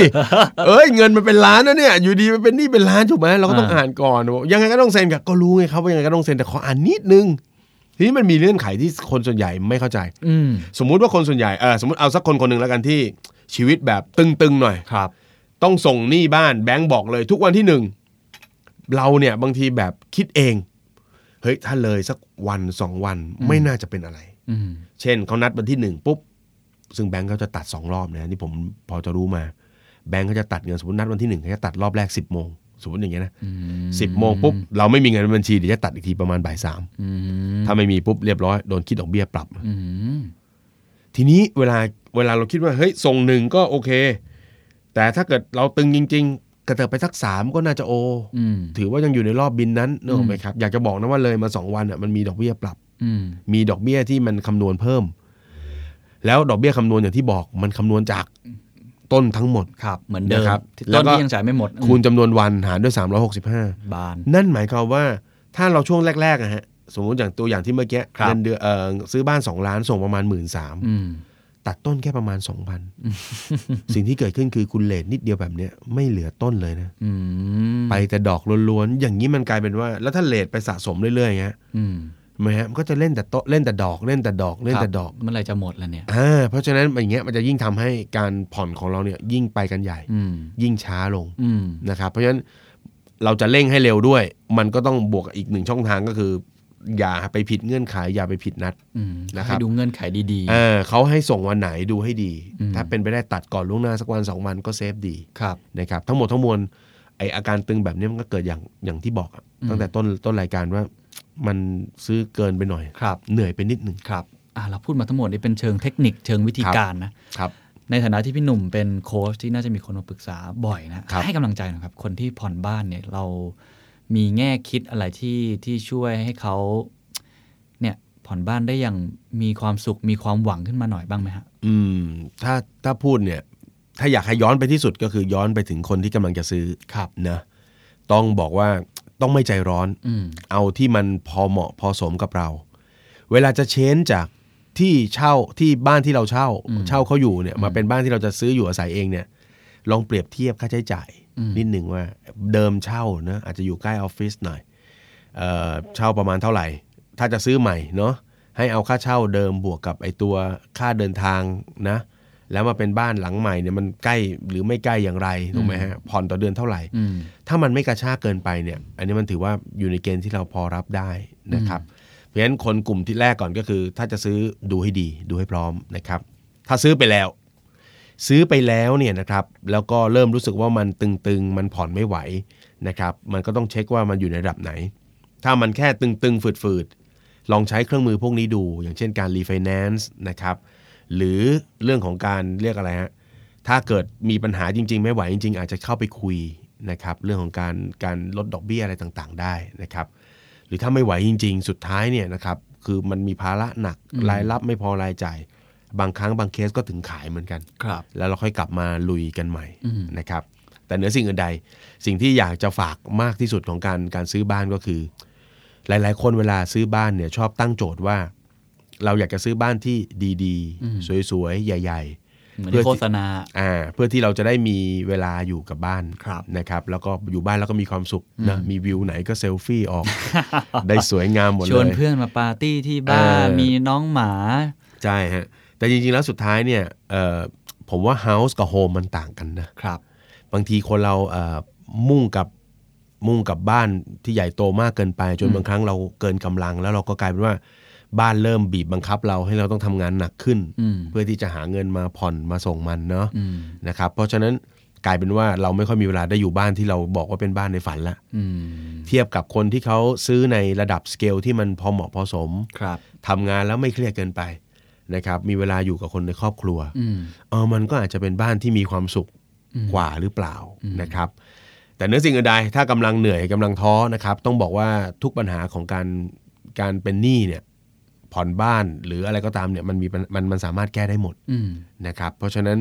Speaker 4: เอ้ยเงินมันเป็นล้านนะเนี่ย อยู่ดีมันเป็นหนี่เป็นล้านถูกไหมเราก็ต้อง
Speaker 3: อ่า
Speaker 4: อ่านก่อนบอกยังไงก็ต้องเซ็นกับก็รู้ไงครับว่ายังไงก็ต้องเซ็นแต่ขออ่านนิดนึง ทีนี้มันมีเงื่อนไขที่คนส่วนใหญ่ไม่เข้าใจ
Speaker 3: อืม
Speaker 4: สมมุติว่าคนส่วนใหญ่เออสมมติเอาสักคนคนหนึ่งแล้วกันที่ชีวิตแบบตึงๆหน่อย
Speaker 3: ครับ
Speaker 4: ต้องส่งหนี้บ้านแบงก์บอกเลยทุกวันที่หนึ่งเราเนี่ยบางทีแบบคิดเอง เฮ้ยถ้าเลยสักวันสองวันไม่น่าจะเป็นอะไร
Speaker 3: อืม
Speaker 4: เช่นเขานัดวันที่หนึ่งปุ๊บ ซึ่งแบงก์เขาจะตัดสองรอบนะที่ผมพอจะรู้มา แบงก์เขาจะตัดเงินสมมตินัดวันที่หนึ่งเขาจะตัดรอบแรกสิบโมงสมมติอย่างเงี้ยนะ
Speaker 3: อืม
Speaker 4: สิบโมงปุ๊บเราไม่มีเงินในบัญชีเดี๋ยวจะตัดอีกทีประมาณบ่ายสาม
Speaker 3: อืม
Speaker 4: ถ้าไม่มีปุ๊บเรียบร้อยโดนคิดดอกเบี้ยปรับ
Speaker 3: อืม
Speaker 4: ทีนี้เวลาเวลาเราคิดว่าเฮ้ยทรงหนึ่งก็โอเค แต่ถ้าเกิดเราตึงจริง ๆ กระเถิบไปสักสามก็น่าจะโอ
Speaker 3: อืม
Speaker 4: ถือว่ายังอยู่ในรอบบินนั้นนึกออกไหม
Speaker 3: อืม
Speaker 4: ครับ อยากจะบอกนะว่าเลยมาสองวันอ่ะมันมีดอกเบี้ยปรับ
Speaker 3: อืม
Speaker 4: มีดอกเบี้ยที่มันคำนวณเพิ่ม แล้วดอกเบี้ยคำนวณอย่างที่บอกมันคำนวณจากต้นทั้งหมด
Speaker 3: ครับ เหมือนเดิม
Speaker 4: นะครับ
Speaker 3: ที่
Speaker 4: แล้
Speaker 3: ต้
Speaker 4: วนก็
Speaker 3: ที่ยังจ่ายไม่หมด
Speaker 4: คูณ
Speaker 3: อืม
Speaker 4: จำนวนวันหารด้วย 365
Speaker 3: บาน
Speaker 4: นั่นหมายความว่าถ้าเราช่วงแรกๆนะฮะสมมติอย่างตัวอย่างที่เมื่อกี้
Speaker 3: ครับ
Speaker 4: เงินเดือนเอ่อซื้อบ้าน 2 ล้านส่งประมาณ 1 3ื่นสาม
Speaker 3: อืม
Speaker 4: ตัดต้นแค่ประมาณ 2,000 สิ่งที่เกิดขึ้นคือคุณเลทนิดเดียวแบบเนี้ยไม่เหลือต้นเลยนะ
Speaker 3: อืม
Speaker 4: ไปแต่ดอกล้วนๆอย่างนี้มันกลายเป็นว่าแล้วถ้าเลทไปสะสมเรื่อยๆอย่างเงี้ย
Speaker 3: อืม
Speaker 4: ไหมฮะมันก็จะเล่นแต่โตะเล่นแต่ดอกเล่นแต่ดอกเล่นแต่ดอก
Speaker 3: ครับเมื่อไหรจะหมดแล้วเนี่ย
Speaker 4: อ่าเพราะฉะนั้นอย่างเงี้ยมันจะยิ่งทำให้การผ่อนของเราเนี่ยยิ่งไปกันใหญ่
Speaker 3: อืม
Speaker 4: ยิ่งช้าลง
Speaker 3: อืม
Speaker 4: นะครับเพราะฉะนั้นเราจะเร่งให้เร็วด้วย มันก็ต้องบวกกับอีกหนึ่งช่องทางก็คือ อย่าไปผิดเงื่อนไขอย่าไปผิดนัด
Speaker 3: อืม
Speaker 4: นะครับ
Speaker 3: ให้ดูเงื่อนไขดี
Speaker 4: เออเขาให้ส่งวันไหนดูให้ดี ถ้าเป็นไปได้ตัดก่อนล่วงหน้าสักวันสองวันก็เซฟดี
Speaker 3: ๆ ครับ
Speaker 4: นะครับทั้งหมดทั้งมวลไออาการตึงแบบเนี้ยมันก็เกิดอย่างอย่างที่บอกอะตั้งแต่ต้นต้นรายการว่ามันซื้อเกินไปหน่อย
Speaker 3: ครับ
Speaker 4: เหนื่อยไปนิดหนึ่ง
Speaker 3: ครับ อ่าเราพูดมาทั้งหมดนี่เป็นเชิงเทคนิคเชิงวิธี
Speaker 4: ครับ
Speaker 3: การนะ
Speaker 4: ครับ
Speaker 3: ในฐานะที่พี่หนุ่มเป็นโค้ชที่น่าจะมีคนมาปรึกษาบ่อยนะครับ ให้กำลังใจหนะครับ คนที่ผ่อนบ้านเนี่ยเรามีแง่คิดอะไรที่ที่ช่วยให้เขาเนี่ยผ่อนบ้านได้อย่างมีความสุขมีความหวังขึ้นมาหน่อยบ้างไหมฮะ
Speaker 4: อืมถ้าถ้าพูดเนี่ยถ้าอยากให้ย้อนไปที่สุดก็คือย้อนไปถึงคนที่กำลังจะซื้อ
Speaker 3: ครับ
Speaker 4: นะต้องบอกว่าต้องไม่ใจร้อน
Speaker 3: อืม
Speaker 4: เอาที่มันพอเหมาะพอสมกับเรา เวลาจะเชนจากที่เช่าที่บ้านที่เราเช่า เช่าเขาอยู่เนี่ยมาเป็นบ้านที่เราจะซื้ออยู่อาศัยเองเนี่ย ลองเปรียบเทียบค่าใช้จ่าย นิดหนึ่งว่าเดิมเช่านะอาจจะอยู่ใกล้ออฟฟิศหน่อยเอ่อเช่าประมาณเท่าไหร่ ถ้าจะซื้อใหม่เนาะให้เอาค่าเช่าเดิมบวกกับไอตัวค่าเดินทางนะ แล้วมาเป็นบ้านหลังใหม่เนี่ยมันใกล้หรือไม่ใกล้อย่างไรถูกไหมฮะผ่อนต่อเดือนเท่าไหร่
Speaker 3: อืม
Speaker 4: ถ้ามันไม่กระชากเกินไปเนี่ย อันนี้มันถือว่าอยู่ในเกณฑ์ที่เราพอรับได้นะครับ เพราะฉะนั้นคนกลุ่มที่แรกก่อนก็คือ ถ้าจะซื้อดูให้ดีดูให้พร้อมนะครับ ถ้าซื้อไปแล้ว ซื้อไปแล้วเนี่ยนะครับ แล้วก็เริ่มรู้สึกว่ามันตึงๆ มันผ่อนไม่ไหวนะครับ มันก็ต้องเช็คว่ามันอยู่ในระดับไหน ถ้ามันแค่ตึงๆ ฝืดๆ ลองใช้เครื่องมือพวกนี้ดู อย่างเช่นการรีไฟแนนซ์นะครับ หรือเรื่องของการเรียกอะไรฮะ ถ้าเกิดมีปัญหาจริง ๆ ไม่ไหวจริง ๆ อาจจะเข้าไปคุยนะครับ เรื่องของการการลดดอกเบี้ยอะไรต่างๆ ได้นะครับ หรือถ้าไม่ไหวจริง ๆ สุดท้ายเนี่ยนะครับ คือมันมีภาระหนักรายรับไม่พอรายจ่าย บางครั้งบางเคสก็ถึงขายเหมือนกัน
Speaker 3: ครับ
Speaker 4: แล้วเราค่อยกลับมาลุยกันใหม่
Speaker 3: อืม
Speaker 4: นะครับ แต่เหนือสิ่งอื่นใด สิ่งที่อยากจะฝากมากที่สุดของการการซื้อบ้านก็คือ หลาย ๆ คนเวลาซื้อบ้านเนี่ยชอบตั้งโจทย์ว่า เราอยากจะซื้อบ้านที่ดี
Speaker 3: อืม
Speaker 4: ๆ สวยๆ ใหญ่
Speaker 3: เหมือน
Speaker 4: เพื่อที่
Speaker 3: ที่โฆษณา
Speaker 4: ๆอ่าเพื่อที่เราจะได้มีเวลาอยู่กับบ้าน
Speaker 3: ครับ
Speaker 4: นะครับ แล้วก็อยู่บ้านแล้วก็มีความสุขนะ
Speaker 3: อืม
Speaker 4: มีวิวไหนก็เซลฟี่ ออก ได้สวยงามหมด
Speaker 3: ช
Speaker 4: เลย
Speaker 3: วนเพื่อนมาปาร์ตี้ที่บ้าน
Speaker 4: เออ
Speaker 3: มีน้องหมา
Speaker 4: ใช่ฮะแต่จริงๆแล้วสุดท้ายเนี่ยเอ่อผมว่า House กับ Home มันต่างกันนะ
Speaker 3: ครับ
Speaker 4: บางทีคนเราเอ่อมุ่งกับมุ่งกับบ้านที่ใหญ่โตมากเกินไป จน
Speaker 3: อืม
Speaker 4: บางครั้งเราเกินกำลัง แล้วเราก็กลายเป็นว่าบ้านเริ่มบีบบังคับเราให้เราต้องทำงานหนักขึ้น
Speaker 3: อืม
Speaker 4: เพื่อที่จะหาเงินมาผ่อนมาส่งมันเนาะ
Speaker 3: อืม
Speaker 4: นะครับเพราะฉะนั้นกลายเป็นว่าเราไม่ค่อยมีเวลาได้อยู่บ้านที่เราบอกว่าเป็นบ้านในฝันละ
Speaker 3: อืม
Speaker 4: เทียบกับคนที่เขาซื้อในระดับสเกลที่มันพอเหมาะพอสม
Speaker 3: ครับ
Speaker 4: ทำงานแล้วไม่เครียดเกินไปนะครับมีเวลาอยู่กับคนในครอบครัว
Speaker 3: อืม
Speaker 4: เออมันก็อาจจะเป็นบ้านที่มีความสุข
Speaker 3: อืม
Speaker 4: กว่าหรือเปล่า
Speaker 3: อืม
Speaker 4: นะครับ แต่เนื้อสิ่งอื่นใดถ้ากำลังเหนื่อยกำลังท้อนะครับ ต้องบอกว่าทุกปัญหาของการการเป็นหนี้เนี่ยผ่อนบ้านหรืออะไรก็ตามเนี่ยมันมีปัญมันมันสามารถแก้ได้หมด
Speaker 3: อืม
Speaker 4: นะครับ เพราะฉะนั้น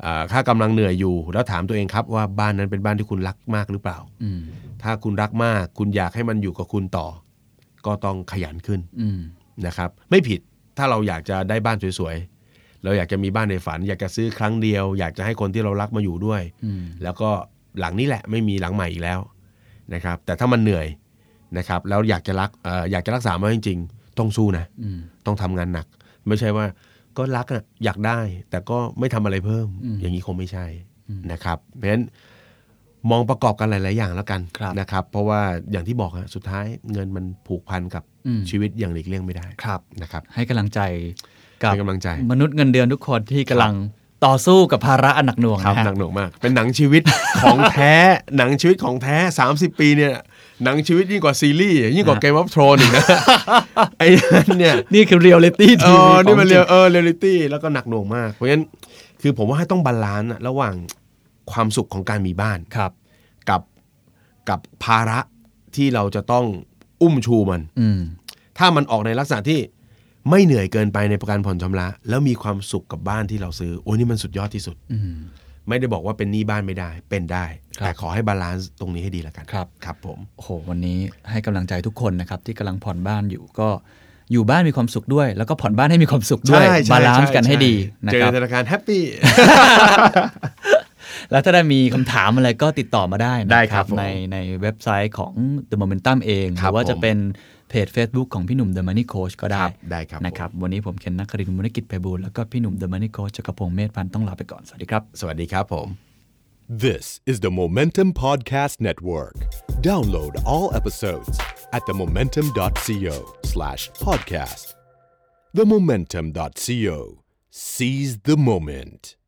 Speaker 4: เอ่อถ้ากำลังเหนื่อยอยู่ แล้วถามตัวเองครับว่าบ้านนั้นเป็นบ้านที่คุณรักมากหรือเปล่า
Speaker 3: อืม
Speaker 4: ถ้าคุณรักมาก คุณอยากให้มันอยู่กับคุณต่อ ก็ต้องขยันขึ้น
Speaker 3: อืม
Speaker 4: นะครับไม่ผิดถ้าเราอยากจะได้บ้านสวยๆ เราอยากจะมีบ้านในฝัน อยากจะซื้อครั้งเดียว อยากจะให้คนที่เรารักมาอยู่ด้วย
Speaker 3: อืม
Speaker 4: แล้วก็หลังนี้แหละไม่มีหลังใหม่อีกแล้วนะครับแต่ถ้ามันเหนื่อยนะครับแล้วอยากจะรักเอ่ออยากจะรักษามันจริงๆ ต้องสู้นะ
Speaker 3: อืม
Speaker 4: ต้องทำงานหนัก ไม่ใช่ว่าก็รักอะอยากได้ แต่ก็ไม่ทำอะไรเพิ่ม อย่างนี้คงไม่ใช่นะครับเพราะฉะนั้นมองประกอบกันหลาย ๆ อย่างแล้วกันนะครับเพราะว่าอย่างที่บอกฮะสุดท้ายเงินมันผูกพันกับ
Speaker 3: อืม
Speaker 4: ชีวิตอย่างหลีกเลี่ยงไม่ได้
Speaker 3: ครับ
Speaker 4: นะครับ
Speaker 3: ให้กำลังใจกับ
Speaker 4: ให้กำลังใจ
Speaker 3: มนุษย์เงินเดือนทุกคนที่กำลังต่อสู้กับภาระอันหนักหน่วง
Speaker 4: ครับ
Speaker 3: นะฮะ
Speaker 4: หนักหน่วงมาก เป็นหนังชีวิต ของแท้หนังชีวิตของแท้ 30 ปีเนี่ยหนังชีวิตยิ่งกว่าซีรีส์ยิ่งกว่า
Speaker 3: นะ
Speaker 4: เกมออฟทรอนอี กนะ ไอ้นั่นเนี่ย
Speaker 3: นี่คือเรียลลิตี้
Speaker 4: เอ
Speaker 3: ที
Speaker 4: อนี่มันเรียลเออเรียลิตี้แล้วก็หนักหน่วงมาก เพราะฉะนั้นคือผมว่าให้ต้องบาลานซ์อะระหว่างความสุขของการมีบ้าน
Speaker 3: ครับ
Speaker 4: กับกับภาระที่เราจะต้องอุ้มชูมัน
Speaker 3: อืม
Speaker 4: ถ้ามันออกในลักษณะที่ไม่เหนื่อยเกินไปในการผ่อนชำระ แล้วมีความสุขกับบ้านที่เราซื้อโอ้ยนี่มันสุดยอดที่สุด
Speaker 3: อืม
Speaker 4: ไม่ได้บอกว่าเป็นหนี้บ้านไม่ได้ เป็นได้
Speaker 3: ครับ
Speaker 4: แต่ขอให้บาลานซ์ตรงนี้ให้ดีแล้วกัน
Speaker 3: ครับ
Speaker 4: ครับผม
Speaker 3: โอ้โหวันนี้ให้กำลังใจทุกคนนะครับ ที่กำลังผ่อนบ้านอยู่ก็อยู่บ้านมีความสุขด้วย แล้วก็ผ่อนบ้านให้มีความสุขด้วยบาลานซ์กันให้ดีนะ
Speaker 4: เจอ
Speaker 3: ครับ
Speaker 4: ธนาคารแฮ ปปี้
Speaker 3: แล้วถ้าได้มีคำถามอะไรก็ติดต่อมาได้นะ
Speaker 4: ได้ครับผม
Speaker 3: ในในเว็บไซต์ของ The Momentum เองห
Speaker 4: ครั
Speaker 3: รื
Speaker 4: บ
Speaker 3: อว่าจะ
Speaker 4: ผม
Speaker 3: เป็นเพจ Facebook ของพี่หนุ่ม The Money Coach ก็ได้
Speaker 4: ได้ครับ
Speaker 3: นะครับ
Speaker 4: ผม
Speaker 3: วันนี้ผมเคนนักครินทร์มุนกิจไพบูลย์แล้วก็พี่หนุ่ม The Money Coach จักรพงศ์เมธพันธ์ต้องลาไปก่อนสวัสดีครับ
Speaker 4: สวัสดีครับผม
Speaker 1: This is the Momentum Podcast Network. Download all episodes at themomentum.co slash podcast. Themomentum.co. Seize the moment.